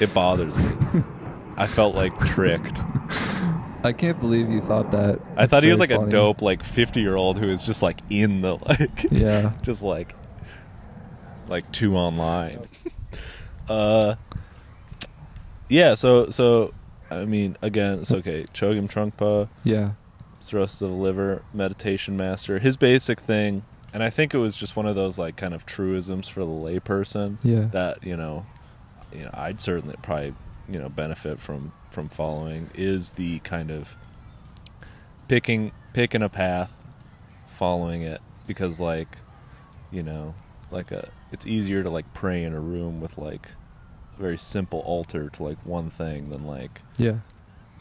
B: it bothers me. I felt like tricked.
A: I can't believe you thought that.
B: I
A: It's
B: thought he was
A: really
B: like a
A: funny.
B: dope like 50 year old who is just like in the like
A: Yeah.
B: just like like two online. uh yeah, so so I mean again, it's okay. Chogyam Trungpa,
A: Yeah.
B: cirrhosis of the liver, meditation master. His basic thing, and I think it was just one of those like kind of truisms for the layperson
A: Yeah.
B: that you know, you know, I'd certainly probably you know benefit from from following is the kind of picking picking a path, following it because like you know like a it's easier to like pray in a room with like a very simple altar to like one thing than like
A: Yeah.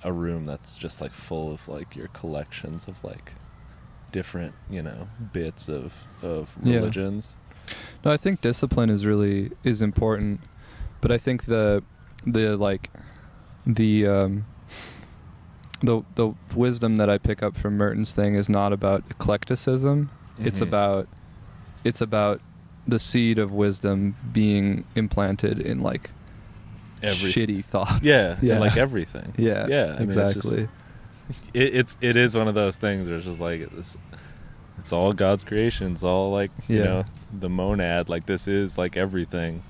B: a room that's just like full of like your collections of like different you know bits of of
A: Yeah.
B: religions
A: No, I think discipline is really is important, but I think the the like the um the the wisdom that I pick up from Merton's thing is not about eclecticism. It's
B: Mhm.
A: about it's about the seed of wisdom being implanted in like
B: every
A: shitty thoughts.
B: yeah, and like everything
A: Yeah.
B: yeah I mean, it's just-
A: Exactly.
B: it, it's it is one of those things where it's just like it's it's all God's creation. It's all like you
A: Yeah.
B: know the monad. Like this is like everything.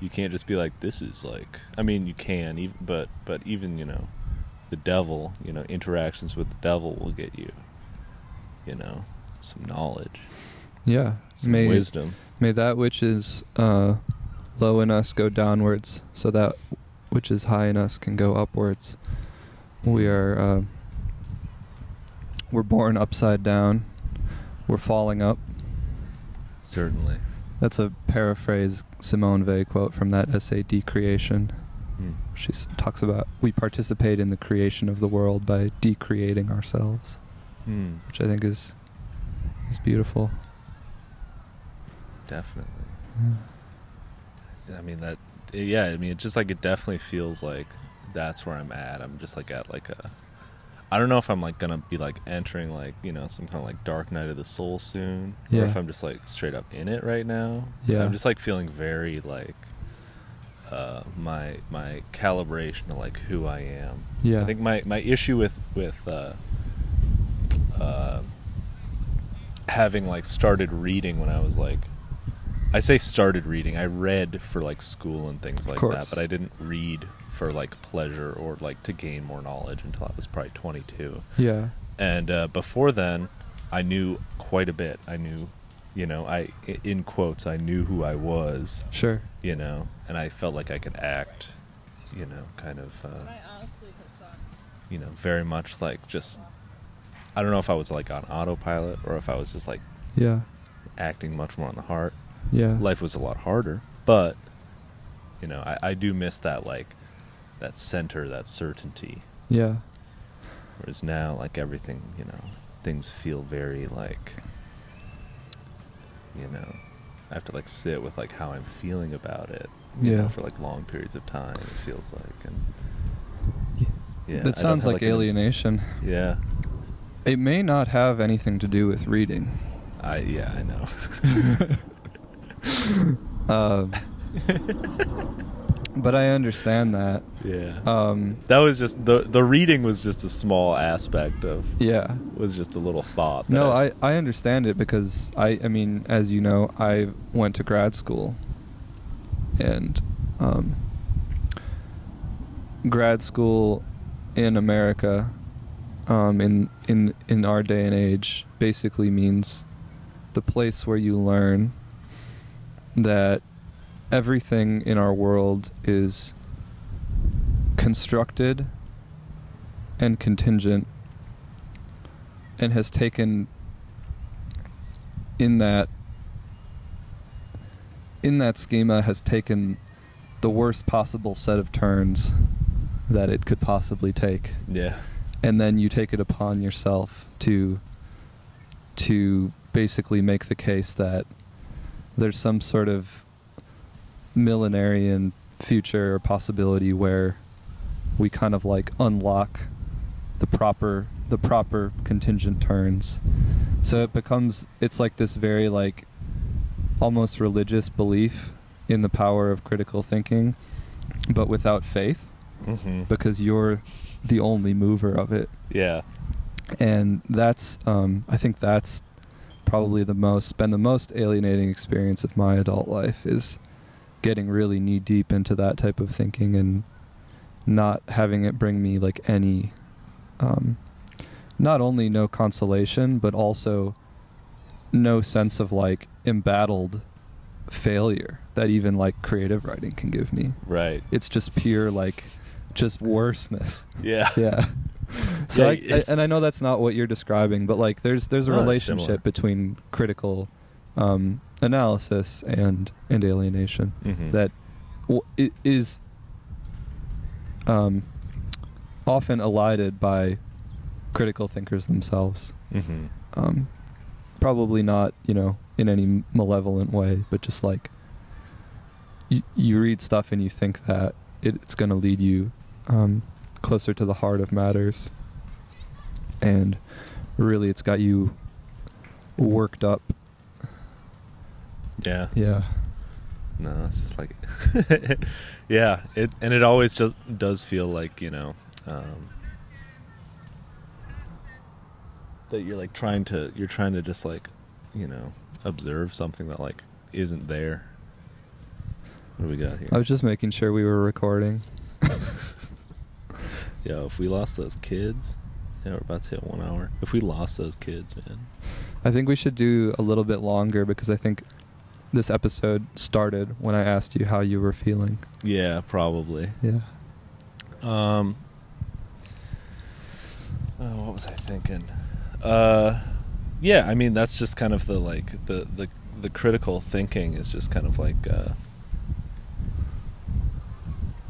B: You can't just be like this is like. I mean, you can even, but but even you know, the devil, you know, interactions with the devil will get you, you know, some knowledge,
A: Yeah.
B: some
A: May,
B: wisdom.
A: may that which is uh, low in us go downwards, so that which is high in us can go upwards. We are uh, we're born upside down. We're falling up.
B: Certainly.
A: That's a paraphrase Simone Weil quote from that essay "Decreation."
B: Mm.
A: She s- talks about we participate in the creation of the world by decreating ourselves,
B: Mm.
A: which I think is is beautiful.
B: Definitely.
A: Yeah.
B: I mean that. Yeah, I mean it just like it definitely feels like that's where I'm at. I'm just like at like a. I don't know if I'm like gonna be like entering like you know some kind of like dark night of the soul soon, or
A: Yeah.
B: if I'm just like straight up in it right now.
A: Yeah.
B: I'm just like feeling very like. Uh, my my calibration of like who I am.
A: Yeah.
B: I think my my issue with with uh, uh, having like started reading when I was like I say started reading. I read for like school and things like that,
A: course.
B: but I didn't read for like pleasure or like to gain more knowledge until I was probably 22.
A: Yeah.
B: And uh, before then, I knew quite a bit. I knew, you know, I in quotes, I knew who I was,
A: Sure.
B: you know, and I felt like I could act, you know, kind of uh, you know, very much like just I don't know if I was like on autopilot or if I was just like
A: Yeah.
B: acting much more on the heart
A: Yeah.
B: life was a lot harder but you know I, I do miss that like that center that certainty
A: Yeah.
B: whereas now like everything you know things feel very like you know i have to like sit with like how i'm feeling about it you
A: Yeah.
B: know, for like long periods of time it feels like and
A: Yeah.
B: yeah I don't
A: that sounds
B: have,
A: like
B: an-
A: alienation.
B: yeah
A: It may not have anything to do with reading.
B: i yeah i know
A: Um, but I understand that.
B: yeah
A: Um,
B: that was just the the reading was just a small aspect of
A: yeah.
B: was just a little thought that
A: No, I, I understand it because I, I mean, as you know, I went to grad school. And um, grad school in America, um, in, in, in our day and age, basically means the place where you learn that everything in our world is constructed and contingent and has taken in that in that schema has taken the worst possible set of turns that it could possibly take
B: yeah
A: and then you take it upon yourself to to basically make the case that there's some sort of millenarian future or possibility where we kind of like unlock the proper the proper contingent turns so it becomes it's like this very like almost religious belief in the power of critical thinking but without faith
B: mm-hmm.
A: because you're the only mover of it
B: yeah
A: and that's um, I think that's probably the most been the most alienating experience of my adult life is getting really knee deep into that type of thinking and not having it bring me like any um, not only no consolation but also no sense of like embattled failure that even like creative writing can give me
B: right
A: it's just pure like just worseness
B: yeah
A: yeah. So
B: Yeah,
A: I, I,
B: it's-
A: and I know that's not what you're describing, but like there's there's a
B: No, it's similar.
A: relationship between critical um, analysis and and alienation
B: Mhm.
A: that w- i- is um, often elided by critical thinkers themselves.
B: mm-hmm.
A: Um, probably not, you know, in any malevolent way, but just like you, you read stuff and you think that it, it's going to lead you um, closer to the heart of matters. And really, it's got you worked up.
B: yeah
A: Yeah.
B: No, it's just like, yeah, it and it always just does feel like you know um, that you're like trying to you're trying to just like you know observe something that like isn't there. What do we got here?
A: I was just making sure we were recording.
B: Yo, if we lost those kids, yeah, we're about to hit one hour. If we lost those kids, man,
A: I think we should do a little bit longer because I think this episode started when I asked you how you were feeling.
B: yeah, probably.
A: Yeah.
B: Um, oh, what was I thinking? Uh, yeah, I mean that's just kind of the like the the the critical thinking is just kind of like uh,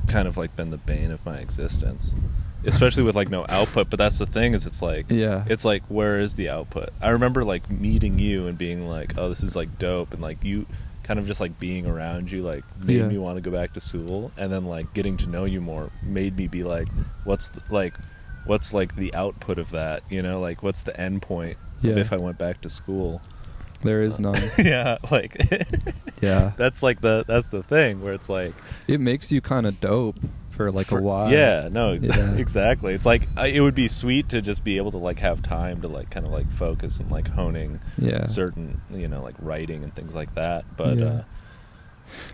B: kind of like been the bane of my existence, especially with like no output. But that's the thing is it's like
A: Yeah.
B: it's like where is the output? I remember like meeting you and being like, oh, this is like dope, and like you kind of just like being around you like made
A: Yeah.
B: me want to go back to Sewell, and then like getting to know you more made me be like, what's th- like, what's like the output of that? You know, like what's the end point
A: Yeah.
B: of if I went back to school?
A: there is none.
B: yeah, like
A: yeah.
B: that's like the that's the thing where it's like
A: It makes you kind of dope for like
B: for-
A: a while.
B: Yeah, no, ex-
A: Yeah.
B: exactly. It's like I, it would be sweet to just be able to like have time to like kind of like focus and like honing
A: Yeah.
B: certain you know like writing and things like that. But
A: Yeah.
B: uh,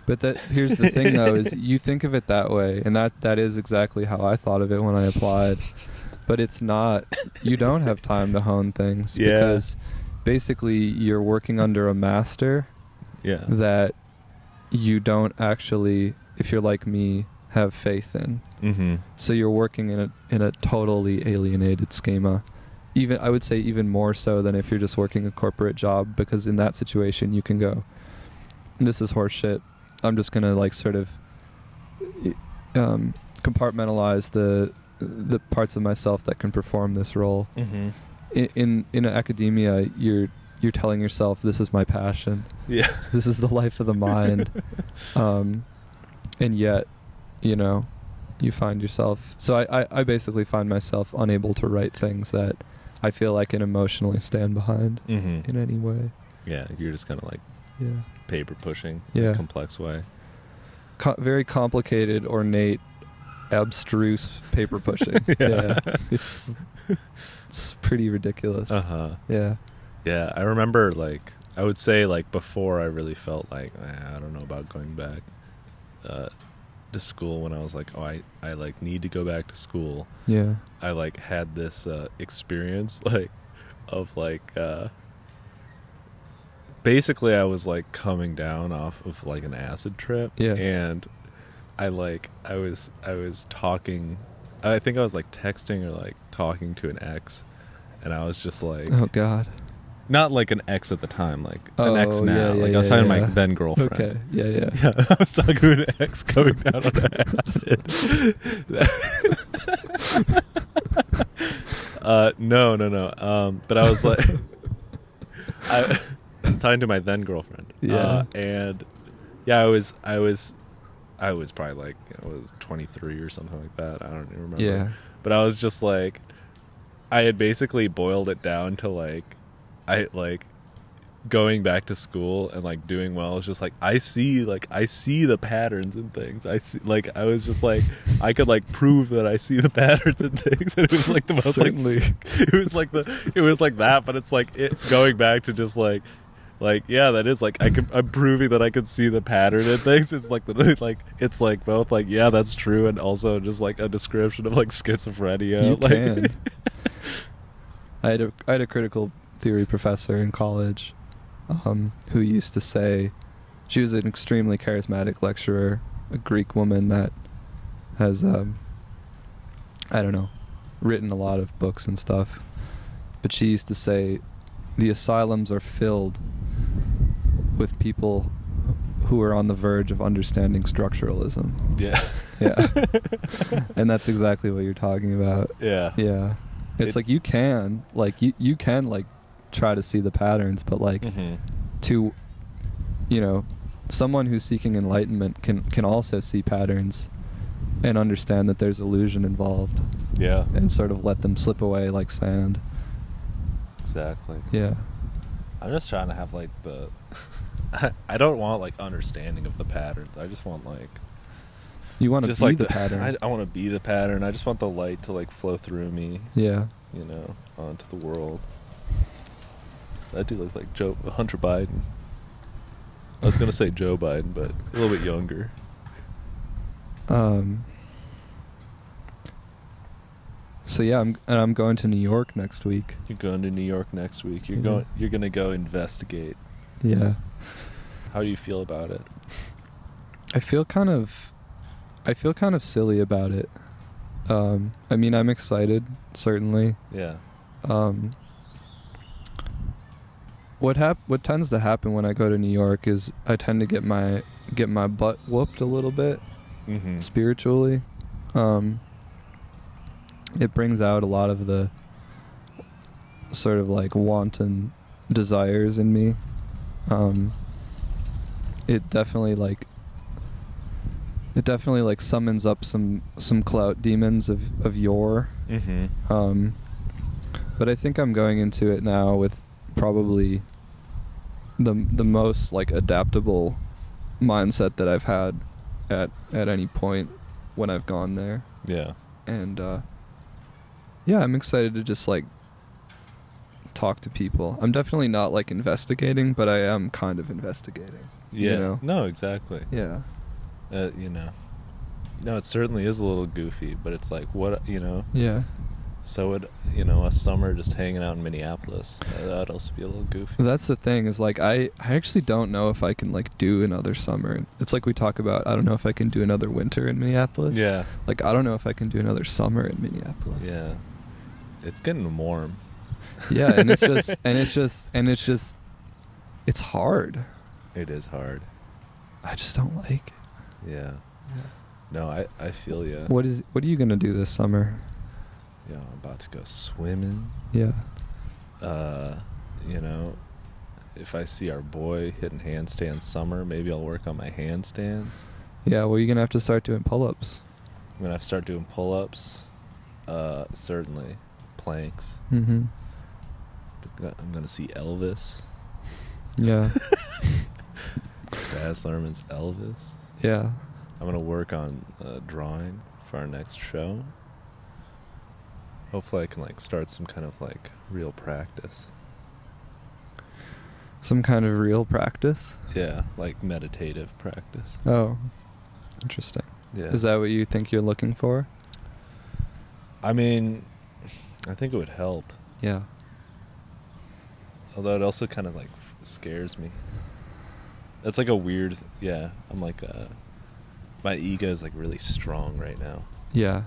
A: But that here's the thing though is you think of it that way and that that is exactly how I thought of it when I applied. But it's not you don't have time to hone things
B: Yeah.
A: because basically you're working under a master
B: yeah,
A: that you don't actually if you're like me have faith in.
B: mm-hmm.
A: So you're working in a in a totally alienated schema. Even I would say even more so than if you're just working a corporate job because in that situation you can go, this is horseshit. I'm just gonna like sort of um, compartmentalize the the parts of myself that can perform this role.
B: Mm-hmm.
A: In in, in academia, you're you're telling yourself this is my passion.
B: yeah,
A: This is the life of the mind. um, and yet, you know, you find yourself. So I, I, I basically find myself unable to write things that I feel I can emotionally stand behind
B: mm-hmm.
A: in any way.
B: yeah. You're just kind of like
A: Yeah,
B: paper pushing, in
A: Yeah.
B: a complex way.
A: Co- very complicated, ornate, abstruse paper pushing. yeah. it's it's pretty ridiculous.
B: Uh huh.
A: Yeah,
B: Yeah, I remember like I would say like before I really felt like "Ah, I don't know about going back uh, to school when I was like oh I I like need to go back to school.
A: yeah,
B: I like had this uh, experience like of like uh, basically I was like coming down off of like an acid trip
A: Yeah.
B: and I like I was I was talking I think I was like texting or like talking to an ex and I was just like
A: Oh God.
B: not like an ex at the time, like
A: Oh,
B: an ex now.
A: yeah, yeah,
B: like I was
A: yeah,
B: talking to
A: yeah.
B: my then girlfriend.
A: Okay. Yeah, yeah.
B: Yeah, I was talking to an ex going down on acid. uh, no, no, no. Um, but I was like, I talking to my then girlfriend.
A: Yeah.
B: uh, and yeah, I was, I was, I was probably like, I was twenty three or something like that. I don't even remember.
A: Yeah.
B: But I was just like, I had basically boiled it down to like, I like going back to school and like doing well is just like I see like I see the patterns and things. I see like I was just like I could like prove that I see the patterns and things. And it was like the most like
A: Certainly.
B: sick- it was like the it was like that, but it's like it going back to just like like yeah, that is like I can I'm proving that I can see the pattern and things. It's like the like it's like both like yeah, that's true, and also just like a description of like schizophrenia.
A: You
B: like,
A: can. I had a I had a critical theory professor in college, um, who used to say, she was an extremely charismatic lecturer, a Greek woman that has, um, I don't know, written a lot of books and stuff, but she used to say, the asylums are filled with people who are on the verge of understanding structuralism,
B: Yeah.
A: Yeah. and that's exactly what you're talking about.
B: yeah.
A: Yeah. It's
B: It-
A: like you can like you you can like try to see the patterns, but like
B: Mhm.
A: to you know, someone who's seeking enlightenment can can also see patterns and understand that there's illusion involved
B: Yeah.
A: and sort of let them slip away like sand.
B: Exactly.
A: Yeah.
B: I'm just trying to have like the. I- I don't want like understanding of the patterns. I just want like
A: You want to
B: just
A: see
B: like
A: the, pattern.
B: I, I want to be the pattern. I just want the light to like flow through me,
A: yeah.
B: you know, onto the world. That dude looks like Joe Hunter Biden. I was gonna say Joe Biden, but a little bit younger.
A: Um So yeah, I'm and I'm going to New York next week.
B: You're going to New York next week. You're
A: Mhm.
B: going. You're going to go investigate.
A: Yeah.
B: How do you feel about it?
A: I feel kind of I feel kind of silly about it. Um I mean, I'm excited certainly.
B: Yeah.
A: Um what hap- what tends to happen when I go to New York is I tend to get my get my butt whooped a little bit
B: Mm-hmm.
A: spiritually. Um, it brings out a lot of the sort of like wanton desires in me. Um, it definitely like it definitely like summons up some some clout demons of of yore.
B: Mm-hmm.
A: Um, but I think I'm going into it now with probably the the most like adaptable mindset that I've had at at any point when I've gone there,
B: Yeah.
A: and uh, yeah, I'm excited to just like talk to people. I'm definitely not like investigating, but I am kind of investigating. You
B: Yeah.
A: know?
B: No, exactly.
A: Yeah,
B: Uh, you know. No, it certainly is a little goofy, but it's like what you know.
A: yeah.
B: So would you know a summer just hanging out in Minneapolis? Uh, that'd also be a little goofy.
A: That's the thing is like I I actually don't know if I can like do another summer. It's like we talk about I don't know if I can do another winter in Minneapolis.
B: yeah,
A: Like I don't know if I can do another summer in Minneapolis.
B: yeah. It's getting warm.
A: Yeah, and it's just and it's just and it's just it's hard.
B: It is hard.
A: I just don't like it.
B: Yeah. No, I I feel you.
A: What is what are you going to do this summer?
B: Yeah, I'm about to go swimming.
A: Yeah.
B: Uh, you know, if I see our boy hitting handstands summer, maybe I'll work on my handstands.
A: Yeah, well you're going to have to start doing pull-ups.
B: I'm gonna have to start doing pull-ups. Uh, certainly, planks.
A: Mhm.
B: I'm gonna see Elvis.
A: Yeah.
B: Baz Luhrmann's Elvis.
A: yeah.
B: I'm gonna work on uh, drawing for our next show. Hopefully, I can like start some kind of like real practice.
A: Some kind of real practice?
B: Yeah, like meditative practice.
A: Oh. Interesting.
B: Yeah.
A: Is that what you think you're looking for?
B: I mean, I think it would help.
A: Yeah.
B: Although it also kind of like f- scares me. That's like a weird. Yeah, I'm like uh, my ego is like really strong right now.
A: Yeah.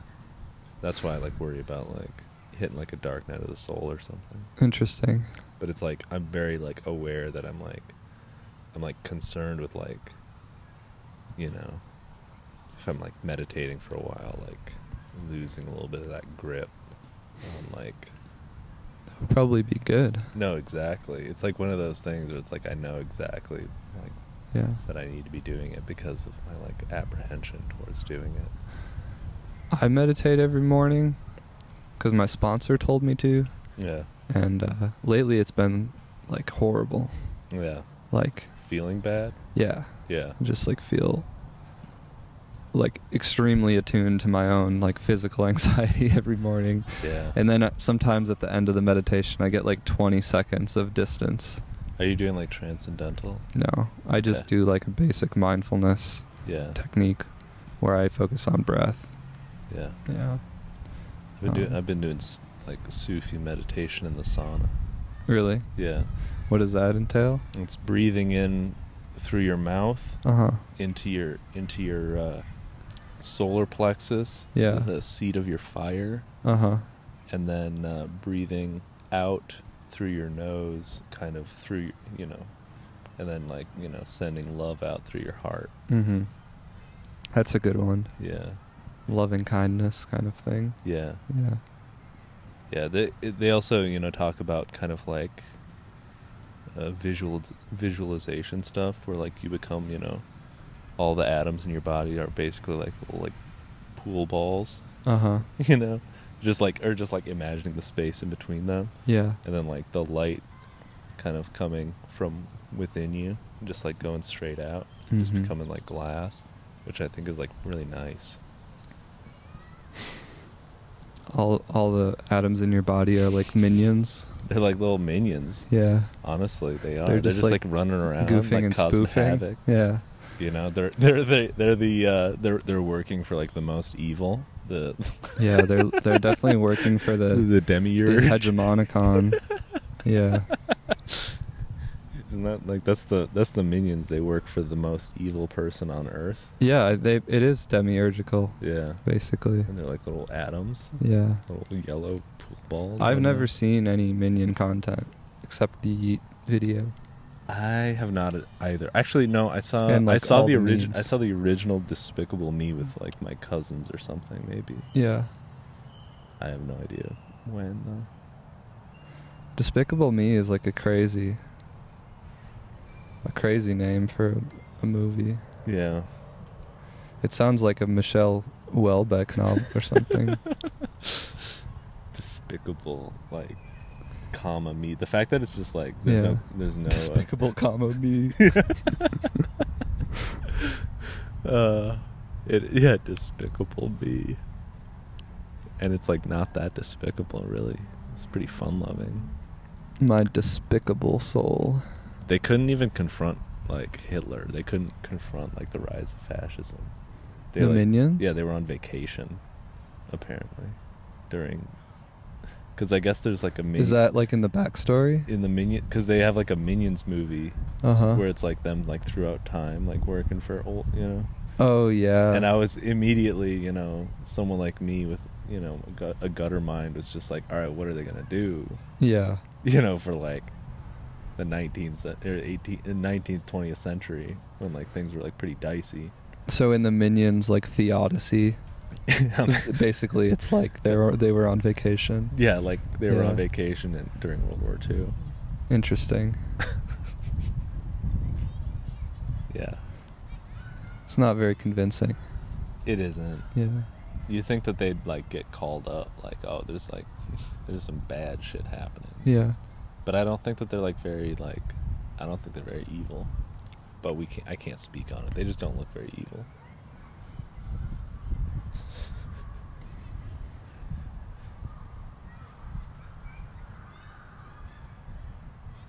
B: That's why I like worry about like hitting like a dark night of the soul or something.
A: Interesting.
B: But it's like I'm very like aware that I'm like I'm like concerned with like you know if I'm like meditating for a while like losing a little bit of that grip on like
A: That would probably be good.
B: No, exactly. It's like one of those things where it's like I know exactly like
A: Yeah.
B: that I need to be doing it because of my like apprehension towards doing it.
A: I meditate every morning cuz my sponsor told me to.
B: Yeah.
A: and uh, lately it's been like horrible
B: Yeah.
A: like
B: Feeling bad?
A: yeah
B: Yeah.
A: I just like feel like extremely attuned to my own like physical anxiety every morning
B: Yeah.
A: and then uh, sometimes at the end of the meditation i get like 20 seconds of distance
B: Are you doing like transcendental?
A: no i just
B: Okay.
A: do like a basic mindfulness
B: Yeah.
A: technique where i focus on breath
B: Yeah.
A: yeah
B: I've been doing
A: Um,
B: I've been doing s- like Sufi meditation in the sauna.
A: really
B: Yeah.
A: what does that entail
B: It's breathing in through your mouth
A: uh-huh
B: into your into your uh, solar plexus,
A: Yeah.
B: the seat of your fire.
A: uh-huh
B: and then uh, breathing out through your nose, kind of through you know, and then like you know, sending love out through your heart.
A: mm-hmm that's a good one
B: Yeah,
A: loving kindness kind of thing
B: yeah,
A: yeah
B: yeah. They it- they also you know talk about kind of like uh, visual visualization stuff, where like you become you know, all the atoms in your body are basically like little like pool balls,
A: uh-huh
B: you know, just like or just like imagining the space in between them.
A: Yeah.
B: and then like the light kind of coming from within you just like going straight out just
A: Mhm.
B: becoming like glass which i think is like really nice
A: All all the atoms in your body are like minions.
B: they're like little minions
A: Yeah.
B: honestly they
A: They're
B: are they're
A: just,
B: just,
A: like,
B: like, running around
A: Goofing
B: like
A: and
B: causing
A: spoofing.
B: havoc
A: Yeah.
B: You know, they're they're they, they're the uh, they're they're working for like the most evil. The
A: Yeah, they're they're definitely working for
B: the,
A: the, the
B: demiurge.
A: hegemonicon. yeah,
B: Isn't that like that's the that's the minions? They work for the most evil person on earth.
A: yeah. They it is demiurgical,
B: Yeah,
A: basically.
B: and they're like little atoms,
A: Yeah,
B: little yellow pool balls. I
A: I've
B: don't know.
A: never seen any minion content except the Yeet video.
B: I have not either. Actually, no. I saw
A: And,
B: I
A: like,
B: saw
A: all
B: the
A: the
B: original.
A: memes.
B: I saw the original Despicable Me with like my cousins or something. Maybe
A: Yeah,
B: I have no idea when though.
A: Despicable Me is like a crazy, a crazy name for a, a movie.
B: Yeah,
A: It sounds like a Michelle Welbeck novel or something.
B: Despicable like comma me. The fact that it's just like there's
A: Yeah.
B: no there's no uh,
A: Despicable comma me.
B: Uh, it yeah, Despicable Me. And it's like not that despicable, really. It's pretty fun loving.
A: My despicable soul.
B: They couldn't even confront like Hitler. They couldn't confront like the rise of fascism. They,
A: the
B: like-
A: minions.
B: Yeah, they were on vacation, apparently, during. Because I guess there's like a minion
A: Is that like in the backstory?
B: in the minion because they have like a minions movie
A: Uh huh.
B: where it's like them like throughout time like working for old you know
A: Oh yeah.
B: and I was immediately, you know, someone like me with, you know, a, gut, a gutter mind was just like, all right, what are they gonna do,
A: yeah.
B: you know, for like the nineteenth cen- or eighteenth, nineteenth, twentieth century when like things were like pretty dicey.
A: So in the minions like theodicy,
B: Um,
A: basically it's like they were they were on vacation.
B: yeah, like they were on
A: Yeah.
B: vacation and during World War Two.
A: Interesting.
B: Yeah,
A: It's not very convincing.
B: it isn't.
A: Yeah.
B: You think that they'd like get called up, like, oh, there's like, there's some bad shit happening.
A: Yeah.
B: but I don't think that they're like very like I don't think they're very evil. But we can't I can't speak on it. They just don't look very evil.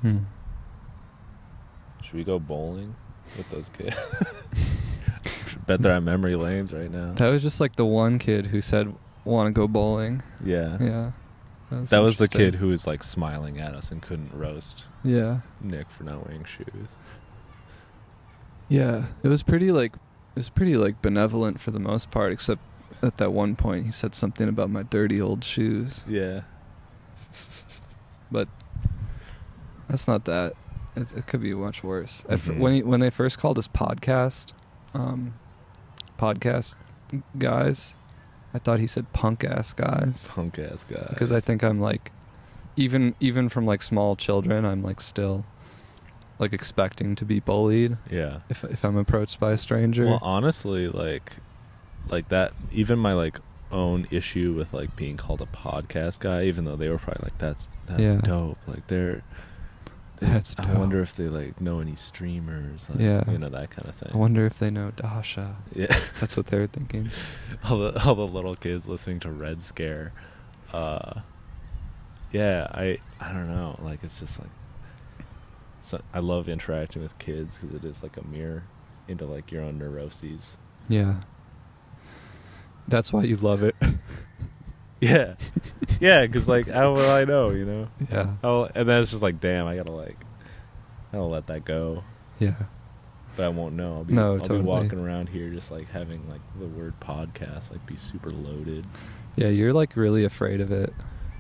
A: Hmm.
B: Should we go bowling with those kids? Bet they're on memory lanes right now.
A: That was just like the one kid who said want to go bowling.
B: yeah.
A: Yeah.
B: That was the
A: interesting.
B: kid who was like smiling at us and couldn't roast
A: Yeah.
B: Nick for not wearing shoes.
A: Yeah, it was pretty like it was pretty like benevolent for the most part, except at that one point he said something about my dirty old shoes.
B: Yeah.
A: But that's not that. It, it could be much worse. At fir-
B: Mhm.
A: when he, when they first called us podcast, um, podcast guys, I thought he said punk ass guys
B: Punk ass guy.
A: because I think I'm like, even even from like small children, I'm like still like expecting to be bullied
B: Yeah.
A: if if I'm approached by a stranger.
B: Well, honestly, like, like that. Even my like own issue with like being called a podcast guy, even though they were probably like, "That's that's
A: Yeah.
B: dope." Like they're.
A: That's
B: I
A: dope.
B: wonder if they like know any streamers. Like,
A: Yeah.
B: You know that kind of thing.
A: I wonder if they know Dasha.
B: yeah.
A: That's what they were thinking.
B: all the all the little kids listening to Red Scare. Uh, yeah, I I don't know. Like it's just like so, I love interacting with kids because it is like a mirror into like your own neuroses.
A: Yeah. That's why you love it.
B: Yeah, yeah, because like how will I know? You know,
A: Yeah.
B: how, and then it's just like, damn, I gotta like, I gotta let that go,
A: Yeah.
B: but I won't know. I'll be,
A: No,
B: I'll
A: totally.
B: be walking around here just like having like the word podcast like be super loaded.
A: Yeah, you're like really afraid of it.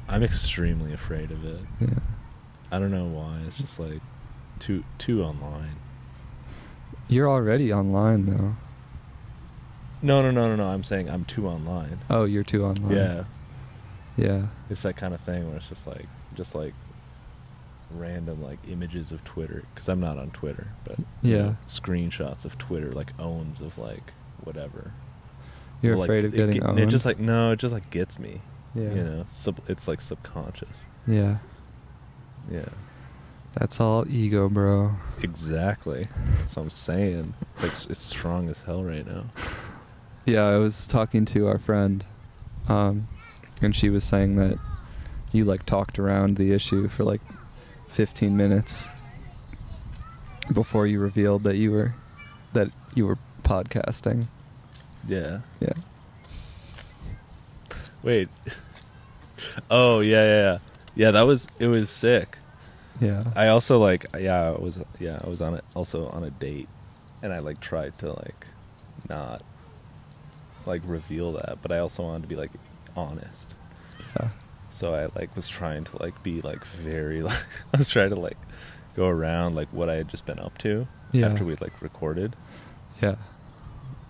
B: I'm extremely afraid of it.
A: Yeah.
B: I don't know why. It's just like too too online.
A: You're already online though.
B: No, no, no, no, no. I'm saying I'm too online.
A: Oh, you're too online.
B: Yeah,
A: Yeah.
B: it's that kind of thing where it's just like just like random like images of Twitter because I'm not on Twitter, but you
A: Yeah.
B: know, screenshots of Twitter like owns of like whatever.
A: You're
B: Like,
A: afraid of
B: it
A: getting
B: get-
A: owned.
B: It just like no, it just like gets me.
A: yeah.
B: You know, Sub, it's like subconscious.
A: Yeah.
B: Yeah,
A: That's all ego, bro.
B: exactly. That's what I'm saying. It's like s- it's strong as hell right now.
A: Yeah, I was talking to our friend, um, and she was saying that you like talked around the issue for like 15 minutes before you revealed that you were that you were podcasting.
B: Yeah.
A: Yeah.
B: Wait. Oh yeah, yeah, yeah. Yeah, that was it. Was sick.
A: Yeah.
B: I also like yeah, I was yeah, I was on it also on a date, and I like tried to like not like reveal that, but I also wanted to be like honest.
A: Yeah.
B: So I like was trying to like be like very like I was trying to like go around like what I had just been up to
A: Yeah.
B: after we like recorded,
A: Yeah.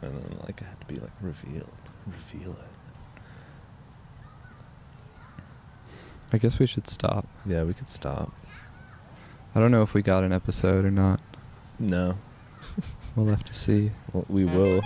B: and then like I had to be like revealed, reveal it.
A: I guess we should stop.
B: Yeah, we could stop.
A: I don't know if we got an episode or not.
B: No,
A: We'll have to see.
B: well, we will.